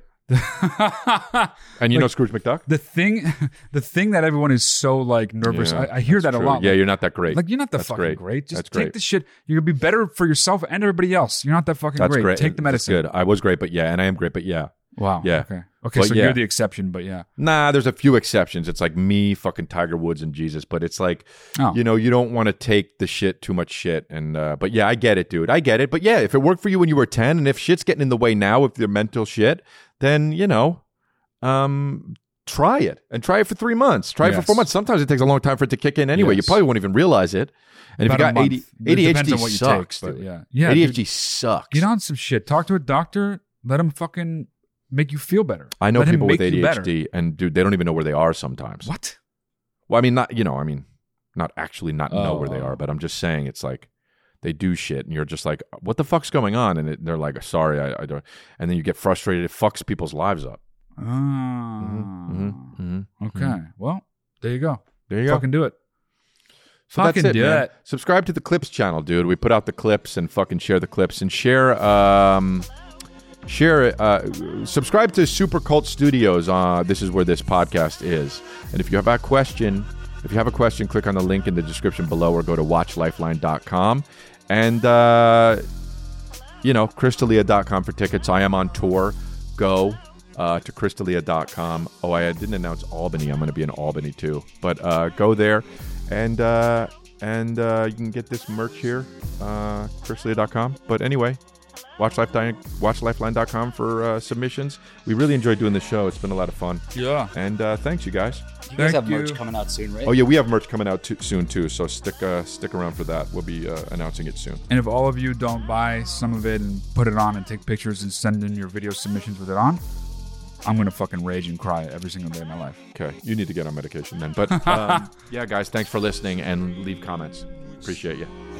C: and you know
A: Like-
C: Scrooge McDuck?
A: The thing, the thing that everyone is so like nervous.
C: Yeah,
A: I, I hear that
C: that's
A: a
C: true.
A: lot.
C: Yeah,
A: Like-
C: you're not that great.
A: Like you're not that
C: That's
A: fucking
C: great.
A: great. Just
C: That's
A: take
C: great.
A: the shit. You're gonna be better for yourself and everybody else. You're not that fucking
C: That's
A: great.
C: great.
A: Take the
C: That's
A: medicine.
C: good. I was great, but yeah, and I am great, but yeah.
A: Wow.
C: Yeah.
A: Okay. Okay.
C: But
A: so
C: yeah.
A: you're the exception, but yeah.
C: Nah, there's a few exceptions. It's like me, fucking Tiger Woods, and Jesus. But it's like,
A: Oh.
C: you know, you don't want to take the shit too much shit. And uh, but yeah, I get it, dude. I get it. But yeah, if it worked for you when you were ten, and if shit's getting in the way now with your mental shit, then you know, um, try it and try it for three months. Try it for
A: Yes.
C: four months. Sometimes it takes a long time for it to kick in. Anyway, you
A: Yes.
C: probably won't even realize it. And if
A: About a
C: you got
A: month.
C: 80,
A: It depends
C: ADHD
A: on what you take,
C: sucks,
A: but
C: dude.
A: yeah. Yeah,
C: ADHD
A: dude.
C: sucks.
A: Get on some shit. Talk to a doctor. Let him fucking make you feel better.
C: I know
A: Let him
C: people with
A: make you better.
C: ADHD, and dude, they don't even know where they are sometimes.
A: What?
C: Well, I mean, not you know, I mean, not actually not know
A: Oh,
C: where they
A: oh.
C: are, but I'm just saying it's like they do shit, and you're just like, what the fuck's going on? And it, they're like, sorry, I, I don't. And then you get frustrated. It fucks people's lives up.
A: Ah.
C: mhm,
A: Okay.
C: mhm.
A: Well, there you go.
C: There you go.
A: Fucking do it.
C: So that's
A: Fucking
C: it,
A: do
C: man.
A: it.
C: Subscribe to the Clips channel, dude. We put out the clips and fucking share the clips and share. Um, share. Uh, subscribe to Super Cult Studios. Uh, this is where this podcast is. And if you have a question, if you have a question, click on the link in the description below or go to watchlifeline.com. And uh, you know, crystalia.com for tickets. I am on tour. Go uh, to crystalia.com. Oh, I didn't announce Albany. I'm going to be in Albany too. But uh, go there and uh, and uh, you can get this merch here, uh, crystalia.com. But anyway, watch lifeline, watchlifeline.com for uh, submissions. We really enjoyed doing the show. It's been a lot of fun.
A: Yeah.
C: And uh, thanks, you guys.
L: You guys
A: Thank
L: have merch
A: you.
L: coming out soon, right?
C: Oh yeah, we have merch coming out too, soon too. So stick uh, stick around for that. We'll be uh, announcing it soon.
A: And if all of you don't buy some of it and put it on and take pictures and send in your video submissions with it on, I'm gonna fucking rage and cry every single day of my life.
C: Okay, you um, need to get on medication then. But um, yeah, guys, thanks for listening and leave comments. Appreciate you.